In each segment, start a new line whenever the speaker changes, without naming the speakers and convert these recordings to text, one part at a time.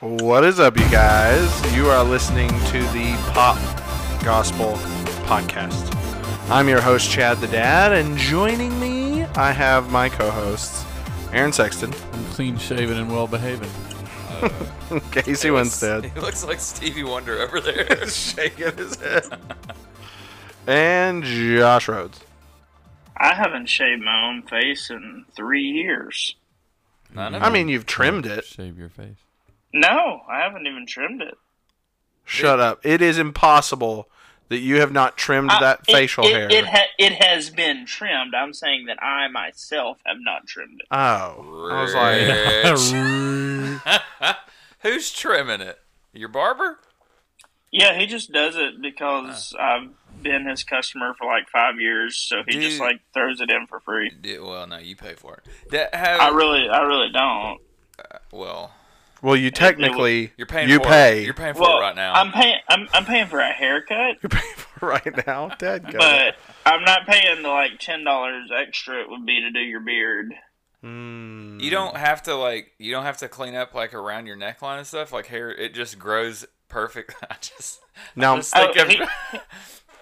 What is up, you guys? You are listening to the Pop Gospel Podcast. I'm your host, Chad the Dad, and joining me, I have my co hosts, Aaron Sexton,
I'm clean shaven and well behaved.
Casey Winstead,
He looks like Stevie Wonder over there.
shaking his head, and Josh Rhodes.
I haven't shaved my own face in three years.
None of
I mean, you've trimmed it.
Shave your face.
No, I haven't even trimmed it.
Shut up. It is impossible that you have not trimmed
Uh,
I-
that
it-
facial
it,
hair.
It, ha- it has been trimmed. I'm saying that I myself have not trimmed it.
Oh, I was like,
Rich. Who's trimming it? Your barber?
Yeah, he just does it because
Ah.
I've been his customer for like five years, so he
Dude.
just like throws it in for free.
D- Well, no, you pay for it. That have,
I really, I really don't.
well,
well, you technically
you're paying.
you
for
pay
It. You're paying for
Well,
it right now.
I'm paying. I'm, I'm paying for a haircut,
You're paying for it right now, Dad.
but I'm not paying the like ten dollars extra it would be to do your beard.
Hmm.
you don't have to like. You don't have to clean up like around your neckline and stuff. Like hair, it just grows perfect. I just.
Now,
I just think
Oh,
of.
he-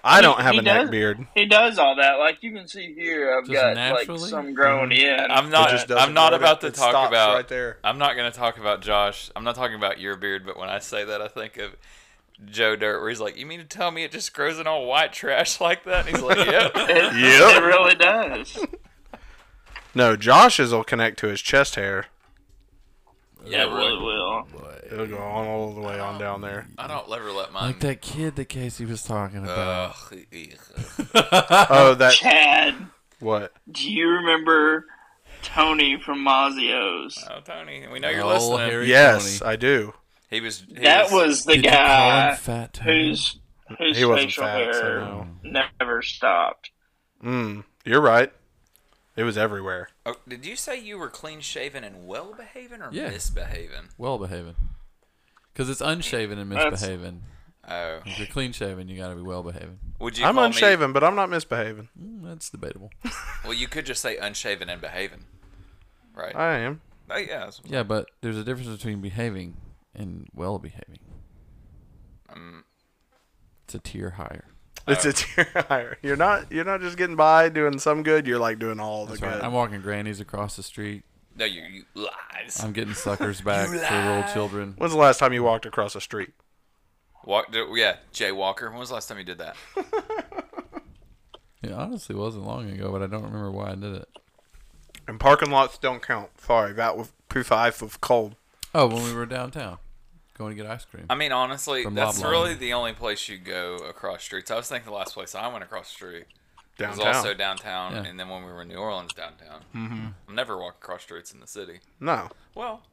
I don't
He-
have
he
a neck
does.
beard.
He does all that. Like you can see here, I've
Just
got
naturally?
like some grown
Mm-hmm.
in.
I'm
It just
not.
doesn't
I'm not
grow.
about to
It
talk
stops
about.
right there.
I'm not going to talk about Josh. I'm not talking about your beard, but when I say that, I think of Joe Dirt, where he's like, "You mean to tell me it just grows in all white trash like that?" And he's like, "Yep."
It,
Yep.
it really does.
No, Josh's will connect to his chest hair.
Yeah, it really will.
It'll go on all the way on down there.
I don't ever let mine.
Like that kid that Casey was talking about.
Ugh,
Oh, that
Chad,
what?
do you remember Tony from Mazio's?
Uh,
oh, Tony, we know you're
Oh,
listening.
Harry
Yes,
Tony.
I do.
He was. He
That was the
Did you call him
guy
fat Tony?
whose whose
He wasn't
facial
fat, so
hair
no.
never stopped.
Mm, you're right. It was everywhere.
Oh, did you say you were clean shaven and well behaving or
Yeah.
misbehaving?
well behaving. Because it's unshaven and
That's-
misbehaving.
Oh,
If you're clean shaven, you got to be well behaving.
would you?
I'm
call me-
unshaven, but I'm not misbehaving.
Mm, that's debatable.
well, you could just say unshaven and behaving, right?
I am.
oh, yeah. that's-
Yeah, but there's a difference between behaving and well behaving.
Um,
It's a tier higher.
It's a tier higher. You're not. You're not just getting by doing some good. You're like doing all the
That's
good.
right. I'm walking grannies across the street.
No, you, you lies.
I'm getting suckers back for little children.
When's the last time you walked across a street?
Walk, yeah, Jay Walker. When was the last time you did that?
It honestly wasn't long ago, but I don't remember why I did it.
And parking lots don't count. Sorry, that was proof I was cold.
Oh, when we were downtown, going to get ice cream.
I mean, honestly,
From
that's
Loblaw.
really the only place you go across streets. I was thinking the last place I went across the street was
Downtown.
also downtown,
Yeah.
and then when we were in New Orleans, downtown. Mm-hmm. I've never walked across streets in the city.
no,
Well,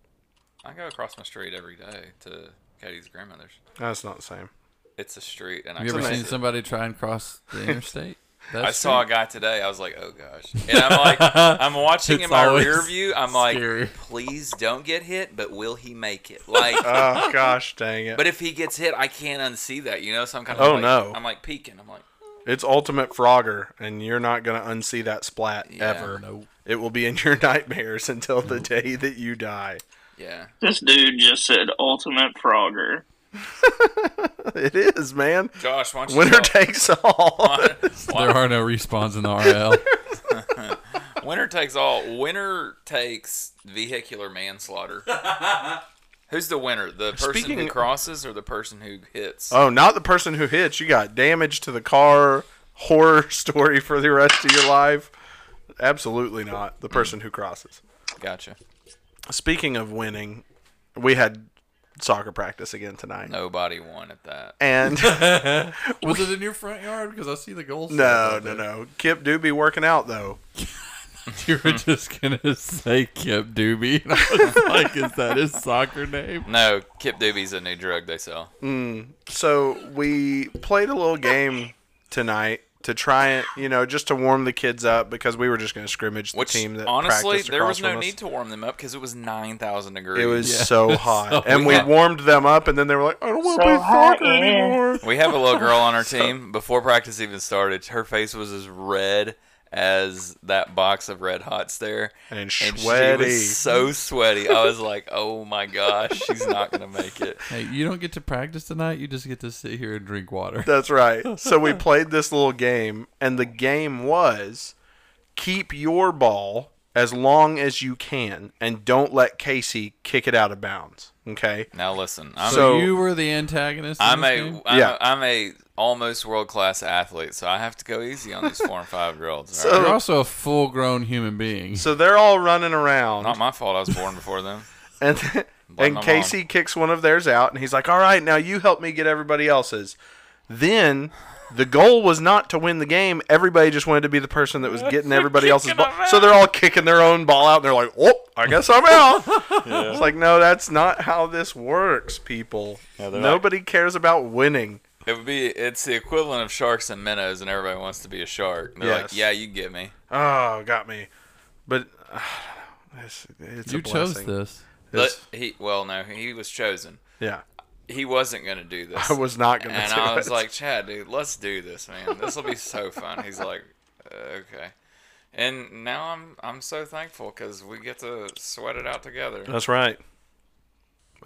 I go across my street every day to Katie's grandmother's.
that's not the same.
It's a street, and I
Have you ever
cross
seen
it.
somebody try and cross the interstate? That's
I saw a guy today. I was like, "Oh gosh!" And I'm like, I'm watching in
It's
my
always
rear view. I'm like,
scary.
"Please don't get hit, but will he make it?" Like,
Oh gosh, dang it!
But if he gets hit, I can't unsee that, you know. So I'm kind of
Oh,
like,
no.
I'm like peeking. I'm like,
It's ultimate Frogger, and you're not gonna unsee that splat
Yeah.
ever.
Nope.
It will be in your nightmares until the day that you die.
yeah,
This dude just said ultimate Frogger.
It is, man.
Josh, why don't you
Winner
tell-
takes all.
There are no respawns in the RL.
winner takes all. Winner takes vehicular manslaughter. Who's the winner? The person
Speaking-
who crosses or the person who hits?
oh, not the person who hits. You got damage to the car. Horror story for the rest of your life. Absolutely not the person who crosses.
gotcha.
Speaking of winning, we had soccer practice again tonight,
Nobody won at that.
and.
Was it in your front yard? Because I see the goals.
No, no, no. Kip do be working out though.
You
Hmm.
were just gonna say Kip Doobie. And I was like, is that his soccer name?
No, Kip Doobie's a new drug they sell.
So we played a little game tonight to try it, you know, just to warm the kids up because we were just going to scrimmage the
Which
team that
honestly,
practiced
there
across
was
from
no
us.
need to warm them up because it was nine thousand degrees.
It was
Yeah.
so hot,
So
and we
hot.
warmed them up, and then they were like, "Oh, "I don't want to
So
play
hot
soccer
in here.
anymore."
We have a little girl on our team. Before practice even started, her face was as red as that box of Red Hots there.
and
And
sweaty.
she was so sweaty. I was like, "Oh my gosh, she's not gonna make it."
Hey, you don't get to practice tonight. You just get to sit here and drink water.
That's right. So we played this little game, and the game was keep your ball as long as you can, and don't let Casey kick it out of bounds. Okay.
Now listen, I'm
So-
So you were the antagonist. in
I'm
this
a
game?
I'm,
Yeah.
a I'm a almost world class athlete, so I have to go easy on these four and five year olds.
So-
You're also a full-grown human being.
Oh. So they're all running around,
not my fault. I was born before them.
and
Blame
and
my mom.
Casey kicks one of theirs out, and he's like, "All right, now you help me get everybody else's." Then. The goal was not to win the game. Everybody just wanted to be the person that was getting everybody else's
Kicking
ball.
them
So they're all kicking their own ball out, and they're like, "Oh, I guess I'm out." It's like, no, that's not how this works, people.
they're
Nobody cares about winning.
It would be it's the equivalent of sharks and minnows, and everybody wants to be a shark. They're
Yes.
like, "Yeah, you get me."
Oh, got me. But uh, it's, it's
you
a
chose
blessing.
this.
But
It's-
he well, no, he was chosen.
yeah,
He wasn't gonna do this.
I was not gonna.
and
do
I was
it.
like, Chad, dude, let's do this, man. This will be so fun. He's like, "Uh, okay. And now I'm I'm so thankful because we get to sweat it out together.
that's right.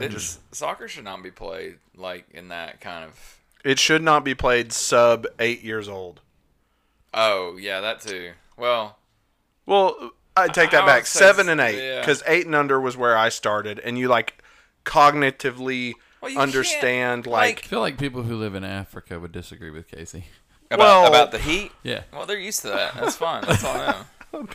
It's, soccer should not be played like in that kind of.
It should not be played sub eight years old.
Oh yeah, that too. Well,
Well, I take
I
that
would
back.
say
Seven
s-
and eight,
yeah.
because eight and under was where I started, and you like cognitively
Well, you can't,
understand like,
I feel like people who live in Africa would disagree with Casey.
about
Well-
about the heat.
Yeah.
Well, they're used to that. That's fine. That's all I know.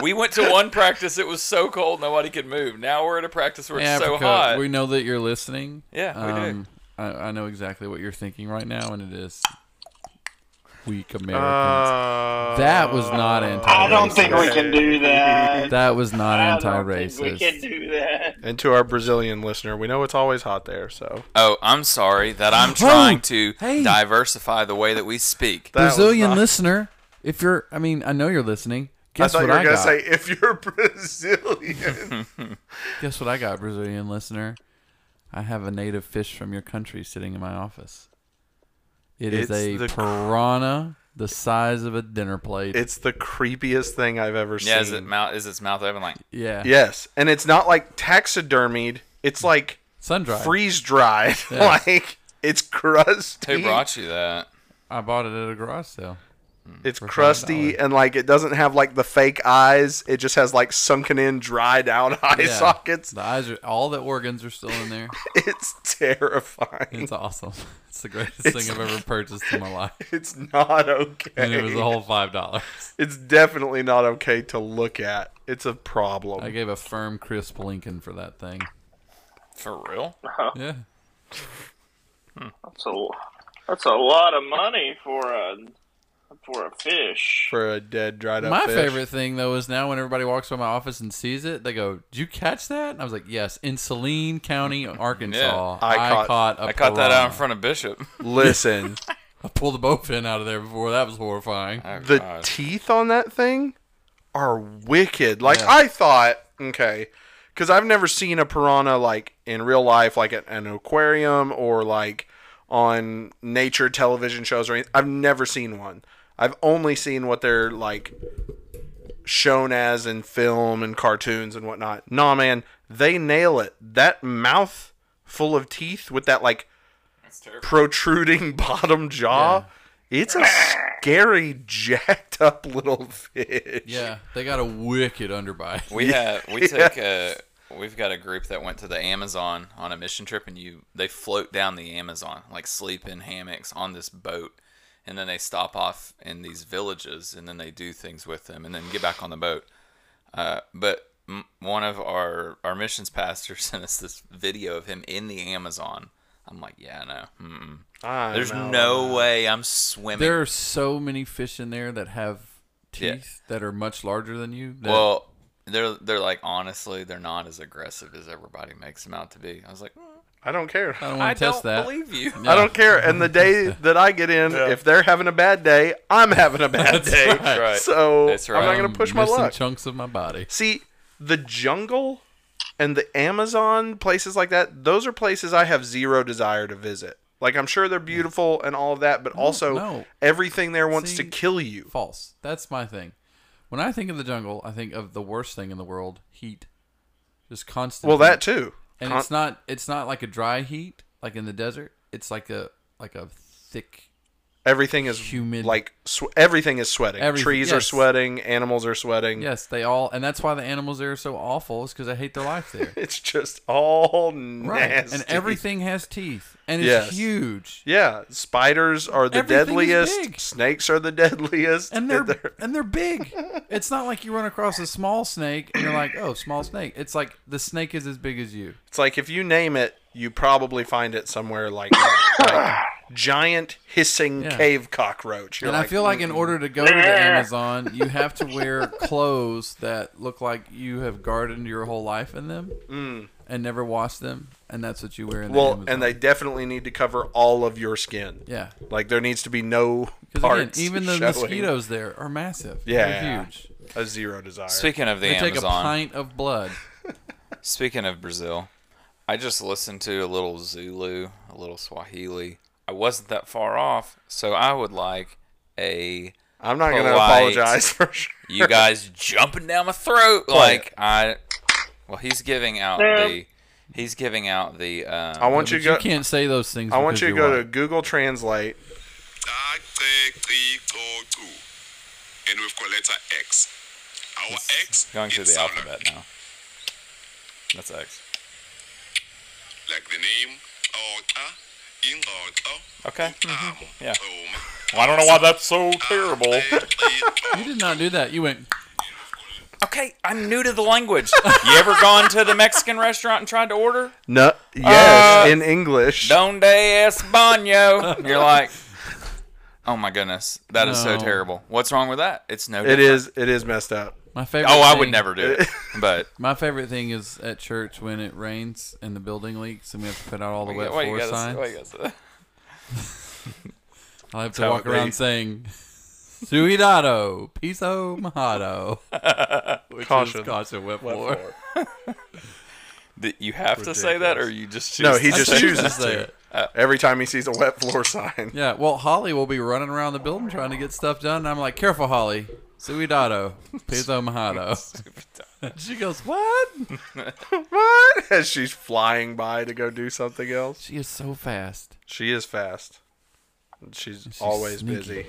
We went to one practice. It was so cold, nobody could move. Now we're at a practice where it's so hot.
we know that you're listening. Um,
Yeah, we do.
I, I know exactly what you're thinking right now, and it is weak Americans.
uh,
that was not anti.
I don't think we can do that.
That was not
I don't think
anti-racist.
we can do that.
And to our Brazilian listener, we know it's always hot there, so
Oh, I'm sorry that I'm trying to diversify the way that we speak.
That was
Brazilian
not-
listener, if you're, I mean, I know you're listening.
I
Guess
thought you
what
were
I
gonna
got?
say if you're Brazilian.
Guess what I got, Brazilian listener? I have a native fish from your country sitting in my office.
It's
it's a
the cr-
piranha the size of a dinner plate.
it's the creepiest thing I've ever
Yeah, is
seen.
it mouth? Is its mouth open? Like,
yeah.
yes, and it's not like taxidermied. It's like
Sun dried.
freeze dried.
Yeah.
like it's crusty.
who brought you that?
I bought it at a garage sale.
it's
five
crusty
dollars?
and like it doesn't have like the fake eyes. It just has like sunken in, dried out eye
Yeah.
sockets.
The eyes are all the organs are still in there.
It's terrifying.
It's awesome. It's the greatest
It's-
thing I've ever purchased in my life.
It's not okay.
And it was a whole five dollars.
It's definitely not okay to look at. It's a problem.
I gave a firm crisp Lincoln for that thing.
For real?
Yeah.
That's a, that's a lot of money for a for a fish.
for a dead dried up
My
fish.
favorite thing though is now when everybody walks by my office and sees it, they go, "Did you catch that?" And I was like, "Yes, in Saline County, Arkansas,
I
I,
caught-
caught, a
I caught that
piranha."
out in front of Bishop.
Listen,
I pulled the bowfin out of there before. That was horrifying.
Oh,
the
gosh.
teeth on that thing are wicked. Like
Yeah.
I thought, okay, because I've never seen a piranha like in real life, like at an aquarium or like on nature television shows or anything. I've never seen one. I've only seen what they're like shown as in film and cartoons and whatnot. Nah, man, they nail it. That mouth full of teeth with that like
That's terrible.
protruding bottom jaw. It's a scary, jacked up little fish.
Yeah, they got a wicked underbite.
We have we
Yes.
took a we've got a group that went to the Amazon on a mission trip, and you they float down the Amazon like sleep in hammocks on this boat, and then they stop off in these villages, and then they do things with them, and then get back on the boat. Uh, but m- one of our our missions pastor sent us this video of him in the Amazon. I'm like, yeah, no, mm-mm.
I
there's
know.
no way I'm swimming.
There are so many fish in there that have
Yeah.
teeth that are much larger than you. That,
Well, they're they're like honestly, they're not as aggressive as everybody makes them out to be. I was like, "Mm,
I don't care.
I don't
I
want to test
don't
that.
believe you.
Yeah.
I don't care. And the day that I get in, if they're having a bad day, I'm having a bad
That's
day.
right.
Right.
So
That's
I'm
right.
not going
I'm
to push my
missing
luck.
Chunks of my body.
See, the jungle and the Amazon, places like that, those are places I have zero desire to visit. Like, I'm sure they're beautiful and all of that, but also
no.
everything there wants to
See,
kill you.
False. That's my thing. When I think of the jungle, I think of the worst thing in the world: heat. Just constant.
Well,
heat.
that too.
and
Con-
it's not it's not like a dry heat like in the desert. It's like a like a thick.
everything is
humid.
Like sw- everything is sweating.
Everything-
Trees are
yes.
sweating. Animals are sweating.
Yes, they all, and that's why the animals there are so awful. Is because I hate their life there.
It's just all
right,
nasty.
and everything has teeth, and it's
Yes.
huge,
Yeah, spiders are the
Everything is
deadliest.
big.
Snakes are the deadliest.
and they're and they're big. It's not like you run across a small snake and you're like, oh, small snake. It's like the snake is as big as you.
It's like if you name it, you probably find it somewhere like, that. Like, giant hissing
Yeah.
cave cockroach. You're
and I feel like in order to go to the Amazon, you have to wear clothes that look like you have gardened your whole life in them and never washed them, and that's what you wear in the
Mm. well,
Amazon.
and they definitely need to cover all of your skin.
yeah,
Like there needs to be no
because again,
parts.
even the
showing
mosquitoes there are massive.
Yeah.
they're huge.
A zero desire.
Speaking of the
They take a
Amazon,
pint of blood.
speaking of Brazil, I just listened to a little Zulu, a little Swahili. I wasn't that far off, so I would like a
I'm not going to
Polite.
apologize for sure.
you guys jumping down my throat like I. Well, he's giving out the he's giving out the. Um,
I want
But
you
you,
to go.
can't say those things.
I want
because
you to
you're
go to
white.
Google Translate.
Taqi-qi-to-tu. And we've got letter X. Our X
going through
is
the
sound
alphabet now. That's X.
like the name Oxa, Ingoxa,
Okay.
Amo,
Yeah.
Oma.
Well, I don't know why that's so terrible.
Taqi-qi-to-tu.
You did not do that. You went.
Okay, I'm new to the language. you ever gone to the Mexican restaurant and tried to order?
No, yes,
Uh,
in English.
Donde es baño? You're like, oh my goodness, that is
No.
so terrible. What's wrong with that? It's no.
It
different.
is. It is messed up.
My favorite.
Oh, I would
thing-
never do it. But
My favorite thing is at church when it rains and the building leaks and we have to put out all the wet
Wait,
floor
you gotta-
signs.
wait, you gotta-
I have
That's
to
how
walk
it
around
is.
saying "Suidado, piso mojado," which
Caution.
is caution wet floor.
That you have to say that, or you just choose
No, he
to
just
say
chooses
Say
to
it.
every time he sees a wet floor sign.
Yeah, well, Holly will be running around the building trying to get stuff done. And I'm like, "Careful, Holly, suidado, piso mojado." And she goes, "What?"
What? As she's flying by to go do something else.
She is so fast.
She is fast. She's, always
sneaky.
busy.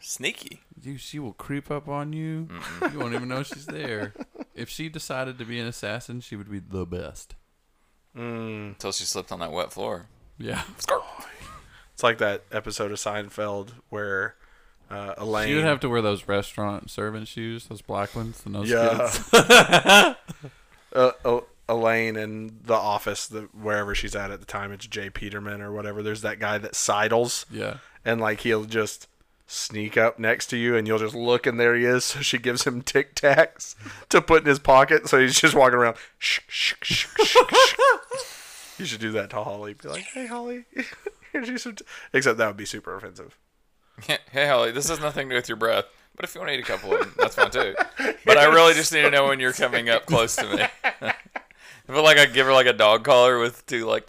Sneaky.
You, she will creep up on you. You won't even know she's there. If she decided to be an assassin, she would be the best.
Until she slipped on that wet floor.
Yeah.
It's like that episode of Seinfeld where uh, Elaine.
You would have to wear those restaurant servant shoes, those black ones, and those
Yeah.
kids.
uh, El- Elaine in the office, the, wherever she's at at the time, it's Jay Peterman or whatever. There's that guy that sidles
Yeah.
and like he'll just sneak up next to you and you'll just look and there he is. So she gives him tic tacs to put in his pocket. So he's just walking around. Shh, shh, shh, shh, shh. You should do that to Holly. Be like, hey, Holly. here's your some t-" Except that would be super offensive.
Hey, Holly, this has nothing to do with your breath, but if you want to eat a couple of them, that's fine too. But I really just need to know when you're coming up close to me. I feel like I give her like a dog collar with two like.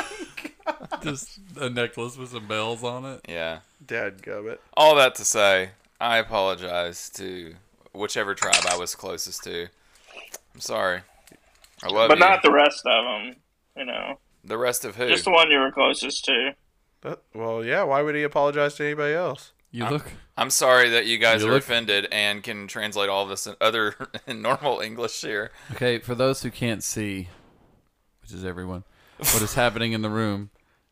Just a necklace with some bells on it.
yeah.
Dad gummit.
All that to say, I apologize to whichever tribe I was closest to. I'm sorry. I love
but
you.
not the rest of them. You know,
the rest of who?
just the one you were closest to.
That, well, yeah. Why would he apologize to anybody else?
You look
I'm sorry that you guys
You
are
look-
offended and can translate all this in other in normal English here.
okay for those who can't see, which is everyone. What is happening in the room?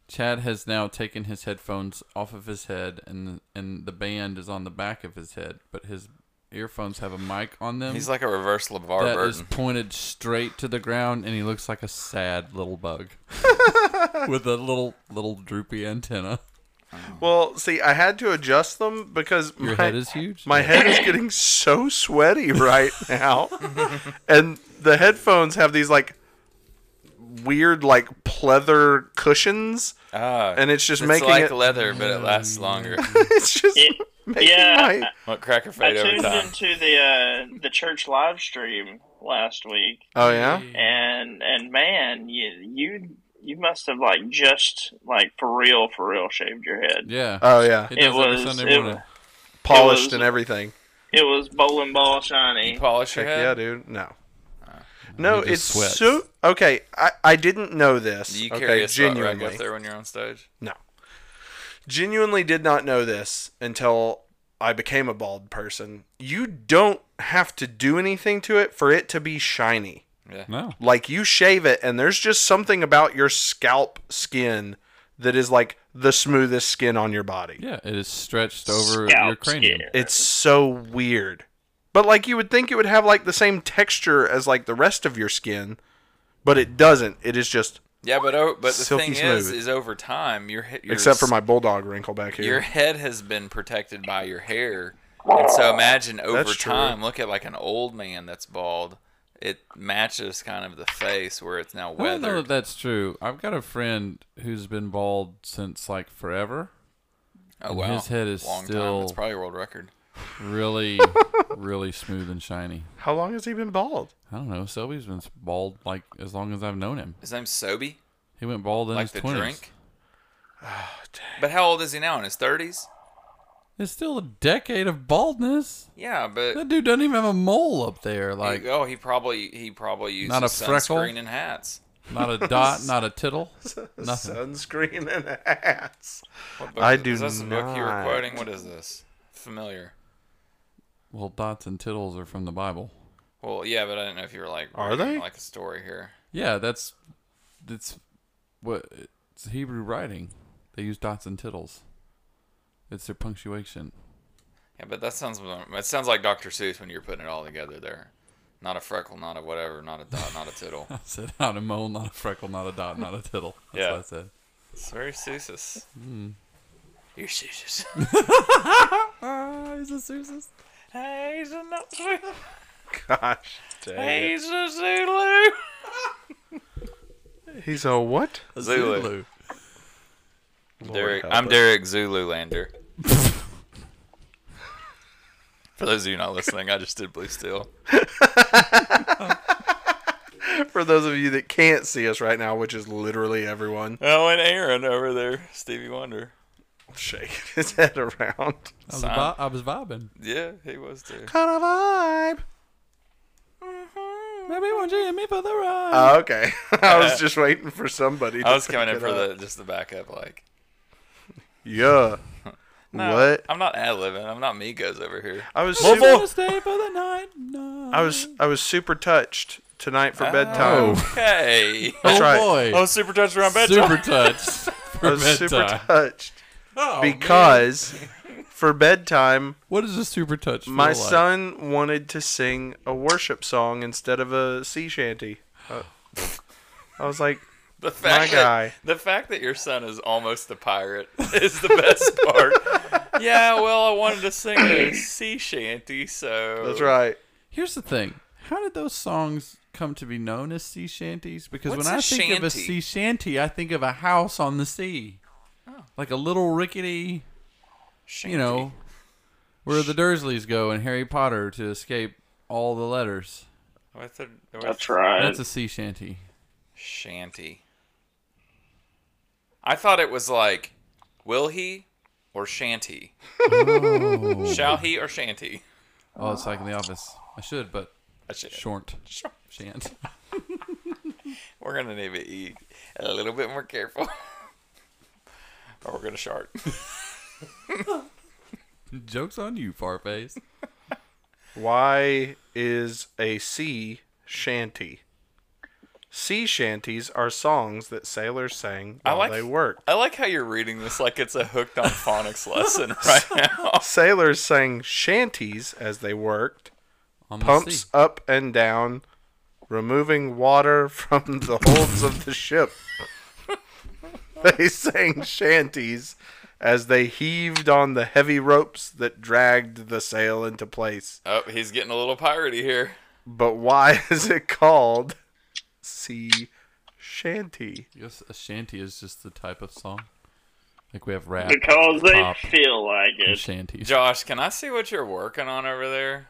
Chad has now taken his headphones off of his head, and and the band is on the back of his head, but his earphones have a mic on them
He's like a reverse LeVar
Um, that
Burton.
is pointed straight to the ground, and he looks like a sad little bug with a little little droopy antenna.
Well, see, I had to adjust them because
Your
my,
head is huge.
my head is getting so sweaty right now, and the headphones have these like weird like pleather cushions,
Ah,
and it's just
it's
making
like
it.
leather, but it lasts longer.
Mm.
it's just
Yeah,
making
yeah.
my.
What cracker
I
fade over
tuned
time?
into the uh, the church live stream last week,
Oh yeah.
Hmm.
and and man, you you you must have like just like for real for real shaved your head.
yeah.
Oh yeah.
He does
It
every
was-
Sunday
it-
morning.
Polished
was-
and everything.
It was bowling ball shiny.
Polish your
Heck
head.
yeah, dude. No. No,
He just
it's
sweats.
so okay. I, I didn't know this.
Do you carry
okay,
a strut rack up
genuinely,
there when you're on stage?
no. Genuinely did not know this until I became a bald person. You don't have to do anything to it for it to be shiny.
No.
Like you shave it, and there's just something about your scalp skin that is like the smoothest skin on your body.
Yeah, it is stretched over your
Scalp
cranium.
scare.
It's so weird. But like you would think it would have like the same texture as like the rest of your skin, but it doesn't. It is just
Yeah, but oh, but the
Silky
thing is,
smooth.
is over time your he- your
except for
s-
my bulldog wrinkle back
your
here.
head has been protected by your hair, and so imagine over
That's true.
time. Look at like an old man that's bald. It matches kind of the face where it's now
I don't know that
weathered.
that's true. I've got a friend who's been bald since like forever.
Oh wow,
his head is
long time.
still-
That's probably a world record.
Really, really smooth and shiny.
How long has he been bald?
I don't know. Selby's been bald like as long as I've known him.
His name's Sobe,
He went bald in
like the
his twenties.
drink.
Oh,
But how old is he now? In his thirties?
It's still a decade of baldness.
Yeah, but
That dude doesn't even have a mole up there. Like
He- oh, he probably he probably uses
Not a freckle?
sunscreen and hats.
not a dot, not a tittle. Nothing.
Sunscreen and hats.
What
I
is
do
this the book you were
not.
quoting? What is this? Familiar.
Well, dots and tittles are from the Bible.
Well, yeah, but I didn't know if you were like
Are
reading,
they?
like a story here.
Yeah, that's that's what it's Hebrew writing. They use dots and tittles. It's their punctuation.
Yeah, but that sounds that sounds like Dr. Seuss when you're putting it all together there. Not a freckle, not a whatever, not a dot, not a tittle.
I said not a mole, not a freckle, not a dot, not a tittle. That's
Yeah.
what I said.
It's very Seuss's.
Hmm.
You're Seuss's.
Ah, he's a Seussist.
hey, he's a nut-
Gosh, dang.
he's a Zulu.
He's a what?
A
Zulu.
Zulu.
Derek,
help
I'm
us.
Derek Zululander. For those of you not listening, I just did Blue Steel.
For those of you that can't see us right now, which is literally everyone,
Oh, and Aaron over there, Stevie Wonder.
shaking his head around.
I was, vi- I was vibing.
Yeah, he was too.
Kind of vibe.
Maybe one join me for the ride.
Oh, okay, I was just waiting for somebody. To
I was coming
pick
in
it
for
up.
the just the backup, like.
yeah.
No,
What?
I'm not ad libbing. I'm not Migos over here.
I was
Super
super,
stay for the night.
I was I was super touched tonight for bedtime.
Okay.
That's right.
Oh, boy.
was super touched around
super touched for
I was
bedtime. Oh,
super touched because for bedtime
what is a super touch? feel
my
like?
son wanted to sing a worship song instead of a sea shanty. Uh, I was like,
The fact
My
that,
guy.
The fact that your son is almost a pirate is the best part. yeah, well, I wanted to sing a sea shanty, so.
that's right.
Here's the thing. How did those songs come to be known as sea shanties? Because
What's
when I
a
think of a
shanty?
sea shanty, I think of a house on the sea. Like a little rickety,
Oh. Shanty.
you know, where the Dursleys go in Harry Potter to escape all the letters.
What's a,
That's
what's
right.
That's a sea shanty.
shanty? I thought it was like, will he or shanty? Shall he or shanty?
Oh, it's like in the office. I should, but
I should-
short. Shant.
We're gonna need to eat a little bit more careful, or we're gonna shart.
Joke's on you, farface.
Why is a sea shanty? Sea shanties are songs that sailors sang
I
while
like-
they worked.
I like how you're reading this like it's a hooked on phonics lesson right now.
Sailors sang shanties as they worked,
On the
pumps
sea.
up and down, removing water from the holds of the ship. They sang shanties as they heaved on the heavy ropes that dragged the sail into place.
Oh, he's getting a little piratey here.
But why is it called sea shanty?
I guess a shanty is just the type of song. Like we have rap
because they
Pop.
feel like
and
it.
shanties.
Josh, can I see what you're working on over there?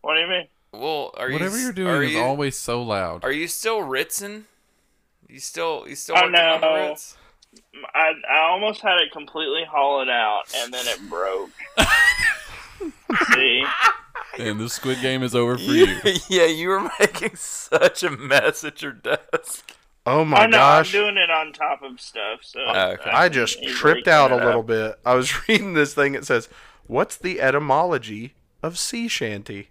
What do you mean?
Well, are you
Whatever
s-
you're
are
doing is
you,
always so loud.
Are you still ritzing? You still you still
Oh,
working on the
no.
ritz?
I, I almost had it completely hollowed out, and then it broke. See,
Oh
and the Squid Game is over for you.
yeah, you were making such a mess at your desk.
Oh my
I know
gosh. Uh,
I'm doing it on top of stuff. So
Oh, okay.
I just tripped out a little bit. I was reading this thing. It says, What's the etymology of sea shanty?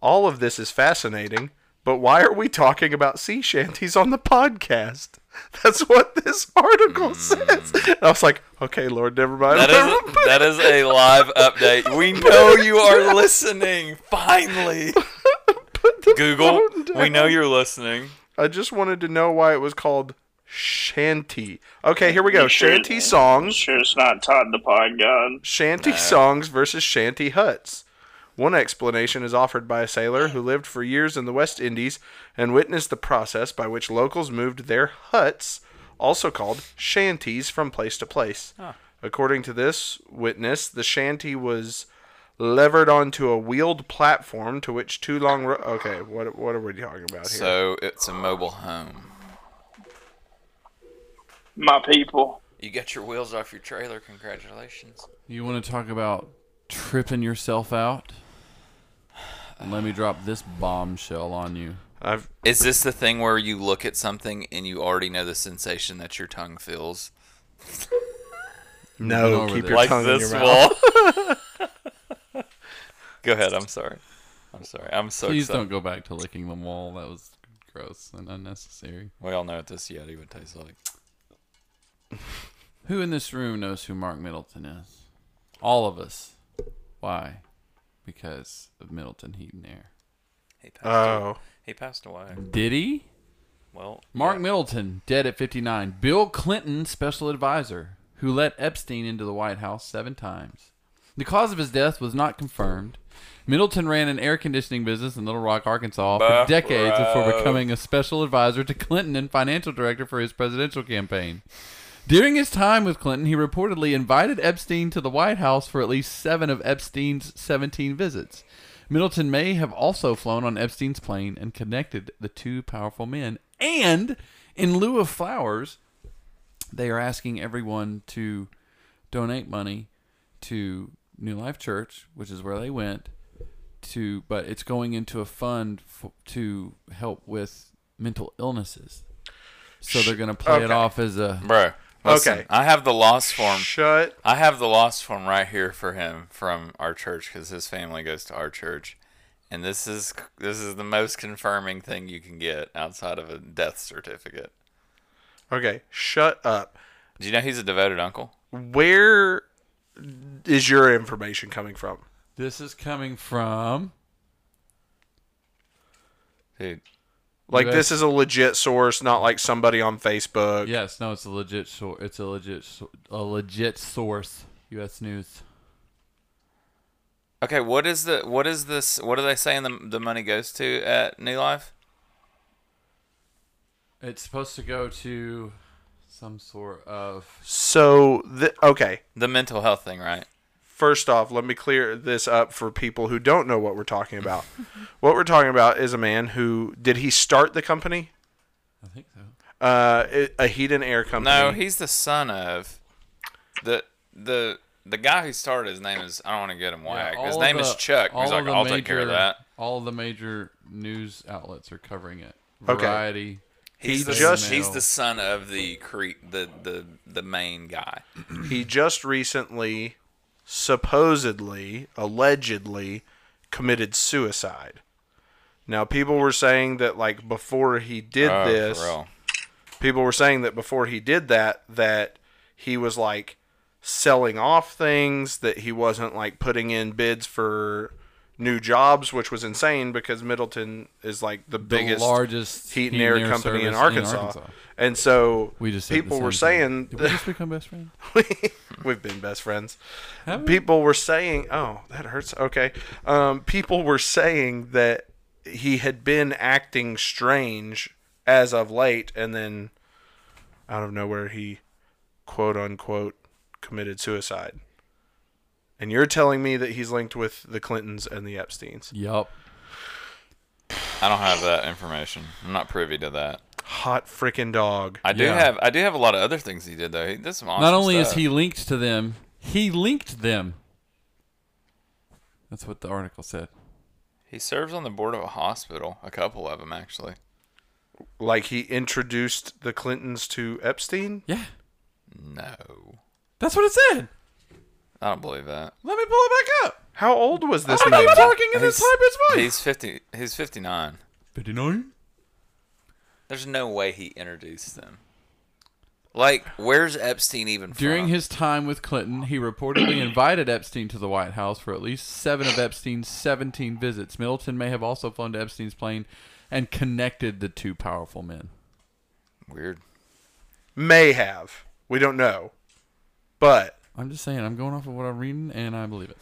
All of this is fascinating, but why are we talking about sea shanties on the podcast? That's what this article says. I was like, Okay, Lord, never mind.
That is that is a live update. We know you are listening. Finally, Google,
phone down.
we know you're listening.
I just wanted to know why it was called shanty. Okay, here we go.
You sure-
Shanty songs.
Sure, it's not Todd the Pod God.
Shanty songs versus shanty huts. One explanation is offered by a sailor who lived for years in the West Indies and witnessed the process by which locals moved their huts, also called shanties, from place to place. According to this witness, the shanty was levered onto a wheeled platform to which two long ro- okay, what what are we talking about here?
So it's a mobile home.
My people.
You got your wheels off your trailer. Congratulations.
You want to talk about tripping yourself out? Let me drop this bombshell on you.
I've
Is this the thing where you look at something and you already know the sensation that your tongue feels?
Moving
no,
over
keep
there.
your
Like
tongue in your mouth.
wall. go ahead. I'm sorry. I'm sorry. I'm so
Please
excited.
don't go back to licking the wall. That was gross and unnecessary.
We all know what this Yeti would taste like.
Who in this room knows who Mark Middleton is? All of us. Why? Because of Middleton Heat and Air.
He passed.
Oh.
He passed away.
Did he?
Well,
Mark Middleton, dead at 59. Bill Clinton, special advisor, who let Epstein into the White House seven times. The cause of his death was not confirmed. Middleton ran an air conditioning business in Little Rock, Arkansas for
Bah,
decades before
bruh.
becoming a special advisor to Clinton and financial director for his presidential campaign. During his time with Clinton, he reportedly invited Epstein to the White House for at least seven of Epstein's 17 visits. Middleton may have also flown on Epstein's plane and connected the two powerful men. And in lieu of flowers, they are asking everyone to donate money to New Life Church, which is where they went to, but it's going into a fund f- to help with mental illnesses. So they're going to play it
okay.
off as a
bro. Listen,
Okay.
I have the loss
Oh,
form.
Shut
I have the loss form right here for him from our church because his family goes to our church, and this is this is the most confirming thing you can get outside of a death certificate.
Okay, shut up.
Do you know he's a devoted uncle?
Where is your information coming from?
This is coming from.
Dude,
Like
You
this is a legit source, not like somebody on Facebook.
Yes, no, it's a legit source. It's a legit, sor- a legit source. U.S. News.
Okay, what is the what is this? What do they saying the the money goes to at New Life?
It's supposed to go to some sort of.
So, th- okay,
The mental health thing, right?
first off, let me clear this up for people who don't know what we're talking about. what we're talking about is a man who did he start the company?
I think so.
Uh, i- a heat and air company.
No, he's the son of the the the guy who started. His name is I don't want to get him whacked. his
all
name
the-
is Chuck.
all
He's like,
the
I'll take care of
major-
that.
All the major news outlets are covering it.
Okay.
Variety.
he
He's the,
just
he's the son of the cre- the the the main guy.
he just recently, supposedly, allegedly, committed suicide. Now, people were saying that like before he did
Oh, for
this,
real.
people were saying that before he did that that he was like selling off things that he wasn't like putting in bids for new jobs which was insane because middleton is like the,
The
biggest
largest
heat and air, company in
service
arkansas. and so
We just said the
people
same
were
thing.
saying
Did we just become best friends?
we've been best friends
Haven't we?
people were saying oh that hurts okay um, people were saying that he had been acting strange as of late and then out of nowhere he quote unquote committed suicide and you're telling me that he's linked with the clintons and the epsteins
Yup.
I don't have that information. I'm not privy to that.
hot freaking dog
I do
Yeah.
have I do have a lot of other things he did though. He did some awesome
Not only is
stuff.
he linked to them, he linked them. That's what the article said.
He serves on the board of a hospital, a couple of them actually.
Like he introduced the Clintons to Epstein?
Yeah.
No,
That's what it said.
I don't believe that.
Let me pull it back up.
How old was this
I'm
man?
not talking in this
He's-
high pitched voice.
He's fifty. He's fifty nine.
59?
There's no way he introduced them. Like, where's Epstein even
During
from?
his time with Clinton, he reportedly invited Epstein to the White House for at least seven of Epstein's 17 visits. Middleton may have also flown to Epstein's plane and connected the two powerful men.
weird.
May have. We don't know. But
I'm just saying, I'm going off of what I'm reading, and I believe it.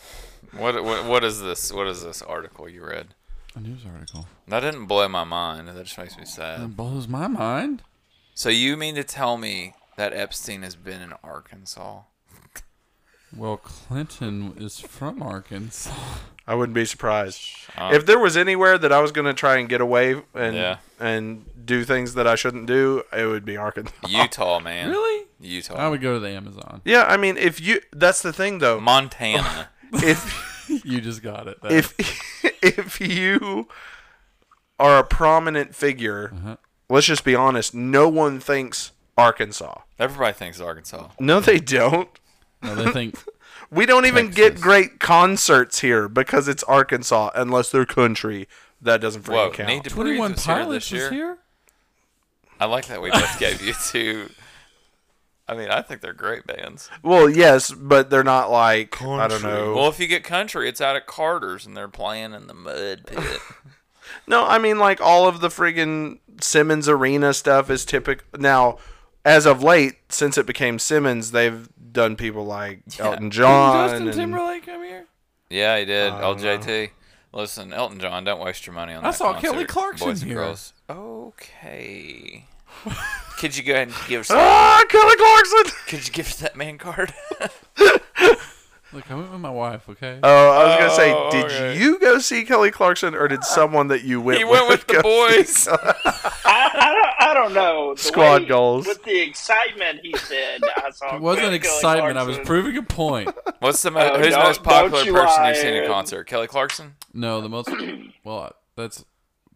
What, what what is this? What is this article you read?
A news article.
That didn't blow my mind. That just makes me sad.
That blows my mind.
So you mean to tell me that Epstein has been in Arkansas?
Well, Clinton is from Arkansas.
I wouldn't be surprised. if there was anywhere that I was going to try and get away and
Yeah.
and do things that I shouldn't do, it would be Arkansas.
Utah, man.
Really?
Utah.
I would go to the Amazon.
Yeah, I mean, if you that's the thing though.
Montana.
If
you just got it. That-
if if you are a prominent figure, let's just be honest, no one thinks Arkansas.
Everybody thinks Arkansas.
No they don't.
no, they think
We don't even get
Texas.
great concerts here because it's Arkansas unless they're country. That doesn't freaking
Whoa,
count.
Need to Breathe
21
was here
Pilots
this year.
is here?
I like that we both gave you two. I mean, I think they're great bands.
Well, yes, but they're not like I don't
Oh.
know.
Well, if you get country, it's out at Carter's and they're playing in the mud pit.
No, I mean like all of the friggin' Simmons Arena stuff is typical. Now, as of late, since it became Simmons, they've done people like Elton John.
Justin
and-
Timberlake come here?
yeah, he did. LJT. Listen, Elton John, don't waste your money on that.
I saw Kelly
concert,
Clarkson
boys and
here.
girls. Okay. Could you go ahead and give us?
Ah, Kelly Clarkson.
Could you give us that man card?
Look, I went with my wife, okay?
Oh, I was gonna say,
Oh,
did
okay.
you go see Kelly Clarkson, or did someone that you went
he went with the
go see
boys.
I, I don't. I don't know. The
Squad
way-
goals.
With the excitement he said, I saw.
It wasn't
Kelly
excitement. I was
Clarkson.
proving a point.
What's the mo-
Oh,
who's the
don't-
most popular
don't you
person you've seen
lie.
in concert? Kelly Clarkson.
No, the most well that's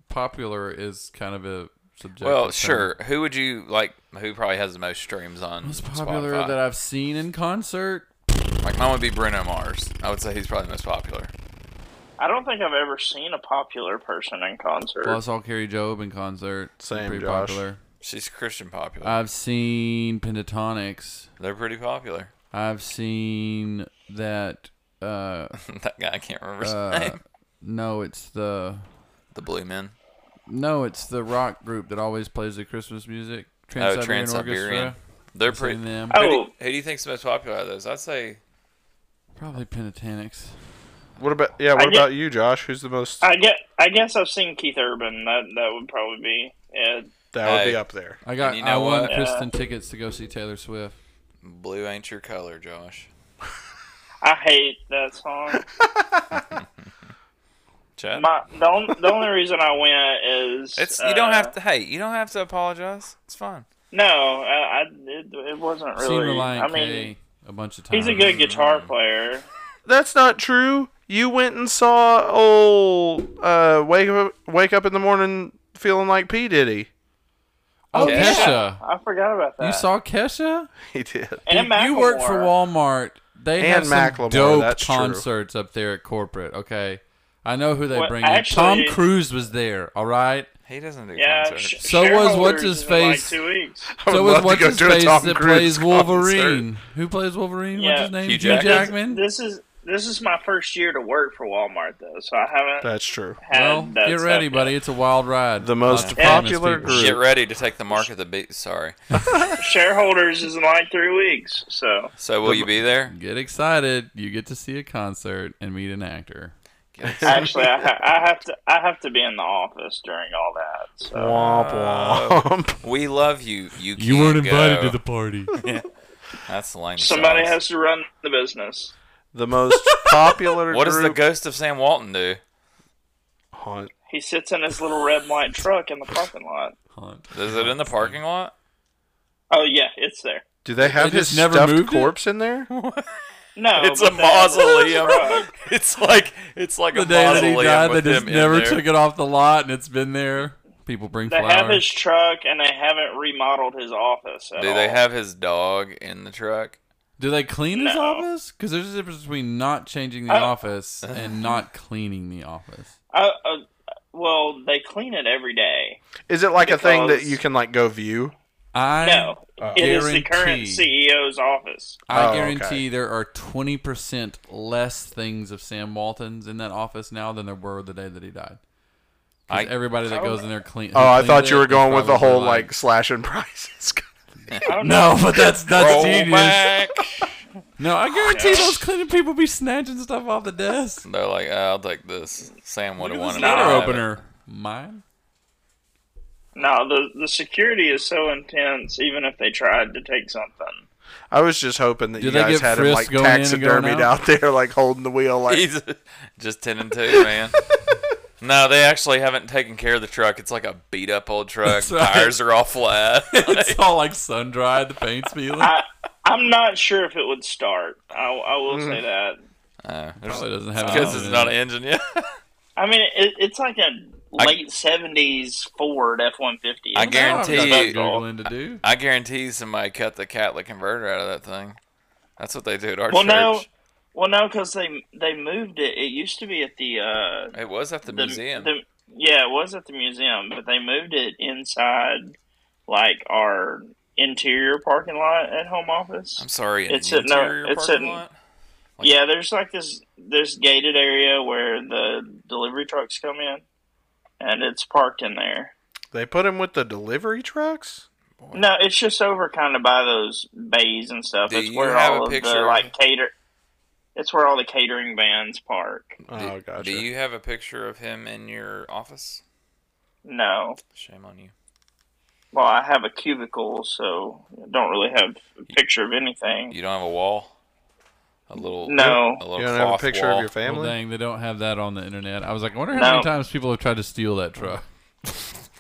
popular is kind of a subjective.
Well,
term.
sure. Who would you like? Who probably has the most streams on
Most popular
Spotify?
that I've seen in concert.
Like mine would be Bruno Mars. I would say he's probably the most popular.
I don't think I've ever seen a popular person in concert.
Well, I saw Carrie Job in concert.
Same,
pretty
Josh.
popular.
She's Christian popular.
I've seen Pentatonics.
They're pretty popular.
I've seen that. Uh,
that guy I can't remember his
uh,
name.
no, it's the
The Blue Men.
no, it's the rock group that always plays the Christmas music.
Oh,
Trans
Trans Siberian.
Orchestra.
They're
I've seen
pretty.
them.
Who, do,
oh,
who do you think's the most popular out of those? I'd say
Probably Pentatonics.
What about yeah? What
I get-
about you, Josh? Who's the most?
I get. I guess I've seen Keith Urban. That that would probably be it.
that would be
I-
up there.
I got.
you
I
know
won
what?
Kristen tickets to go see Taylor Swift.
blue ain't your color, Josh.
I hate that song.
Chad.
My the, on, the only reason I went is
it's you don't
uh,
have to. Hey, you don't have to apologize. It's fine.
No, I, I it, it wasn't
Seen
really. I
Reliant
mean,
K a bunch of times.
he's a good guitar player.
That's not true. You went and saw old uh, wake up, wake up in the morning feeling like P Diddy.
Oh,
Yeah.
Kesha.
I forgot about that.
You saw Kesha?
He did.
and
You work for
Macklemore.
Walmart. They
And
have some
Macklemore,
dope
that's true.
concerts up there at corporate. Okay, I know who they
Well,
bring
actually-
in. Tom Cruise was there. All right.
He doesn't do
Yeah,
concerts.
sh-
So was
shareholders
what's his
in, like,
face?
two weeks.
I would
so
love
was
to
what's
go
his
to a
face
Tom
that
Cruise
plays
concert.
Wolverine? Who plays Wolverine? What's
Yeah.
his name?
Hugh Jackman.
Jackman.
This is this is my first year to work for Walmart though, so I haven't
That's true.
had
Well,
that
get
stuff
ready,
yet.
buddy. It's a wild ride.
The most
Lots of famous
popular
people.
group.
Get ready to take the mark of the beat. Sorry.
Shareholders is in like three weeks, so
So will you be there?
Get excited. You get to see a concert and meet an actor.
actually I, ha- I have to I have to be in the office during all that. So
Womp womp.
We love you. You. Can't go.
party.
That's the lame.
somebody
sauce.
has to run the business.
the most popular
What does
group.
the ghost of Sam Walton do?
Haunt.
He sits in his little red and white truck in the parking lot.
Is it in the parking lot?
Oh yeah, it's there.
Do they have
They just
his
never
stuffed
moved it?
corpse in there?
No,
It's a
but Oh, that- that's
mausoleum.
drug.
It's like it's like
the
a
day that he
mausoleum
died, they
with
just
him in
never
there.
took it off the lot, and it's been there. People bring
They have
flowers.
his truck, and they haven't remodeled his office. At
Do
all.
they have his dog in the truck?
Do they clean his
No. Oh.
office? Because there's a difference between not changing the
I-
office and not cleaning the office.
Uh, uh, well, they clean it every day.
Is it like a thing that
Because-
you can like go view?
I uh,
No, it is the current
guarantee.
CEO's office.
I
Oh, okay.
guarantee there are twenty percent less things of Sam Walton's in that office now than there were the day that he died. 'Cause
I-
everybody that goes in there clean. who
Oh, I
cleans
thought you
it
were
is
going with the
probably
whole like slash and prices.
I don't know.
No, but that's
Oh,
that's
Roll
genius.
back.
No, I guarantee those cleaning people be snatching stuff off the desk.
They're like, "Uh, I'll take this. Sam would have
This
wanted
letter
letter
to have it.
opener. Mine.
No, the the security is so intense. Even if they tried to take something,
I was just hoping that
Do
you
they
guys
get
had him
frisked
like
going in and going
taxidermied
out?
out there, like holding the wheel, like
He's just ten and two, man. No, they actually haven't taken care of the truck. It's like a beat up old truck.
That's right.
Tires are all flat.
Oh,
It's all like sun dried. The paint's peeling.
I I'm not sure if it would start. I, I will
Mm-hmm.
say that.
Uh, there's-
Probably doesn't have.
because
an
it's
oven
not
in
an
it.
engine yet.
I mean, it, it's like a
I-
late '70s Ford F-150.
I guarantee
I've got
you-
Googling to do.
I guarantee somebody cut the Catholic converter out of that thing. That's what they do at our
Well,
church.
no, well, no, because they they moved it. It used to be at the uh,
It was at the, museum.
the- yeah, it was at the museum, but they moved it inside, like our interior parking lot at home office.
I'm sorry, an
It's sitting there-
interior
it's
parking
sitting-
lot. like-
yeah, there's like this this gated area where the delivery trucks come in, and it's parked in there.
they put him with the delivery trucks.
No, it's just over kind of by those bays and stuff.
Do
it's
you
where
have a
all of
picture
the
of-
like cater. It's where all the catering vans park.
Oh,
do,
gotcha.
do you have a picture of him in your office?
No,
Shame on you.
well, I have a cubicle, so I don't really have a picture of anything.
You don't have a wall. A little
No.
A little
You don't have a
cloth
picture
wall?
of your
Well,
family?
dang, they don't have that on the internet. I was like, I wonder how
No.
many times people have tried to steal that truck.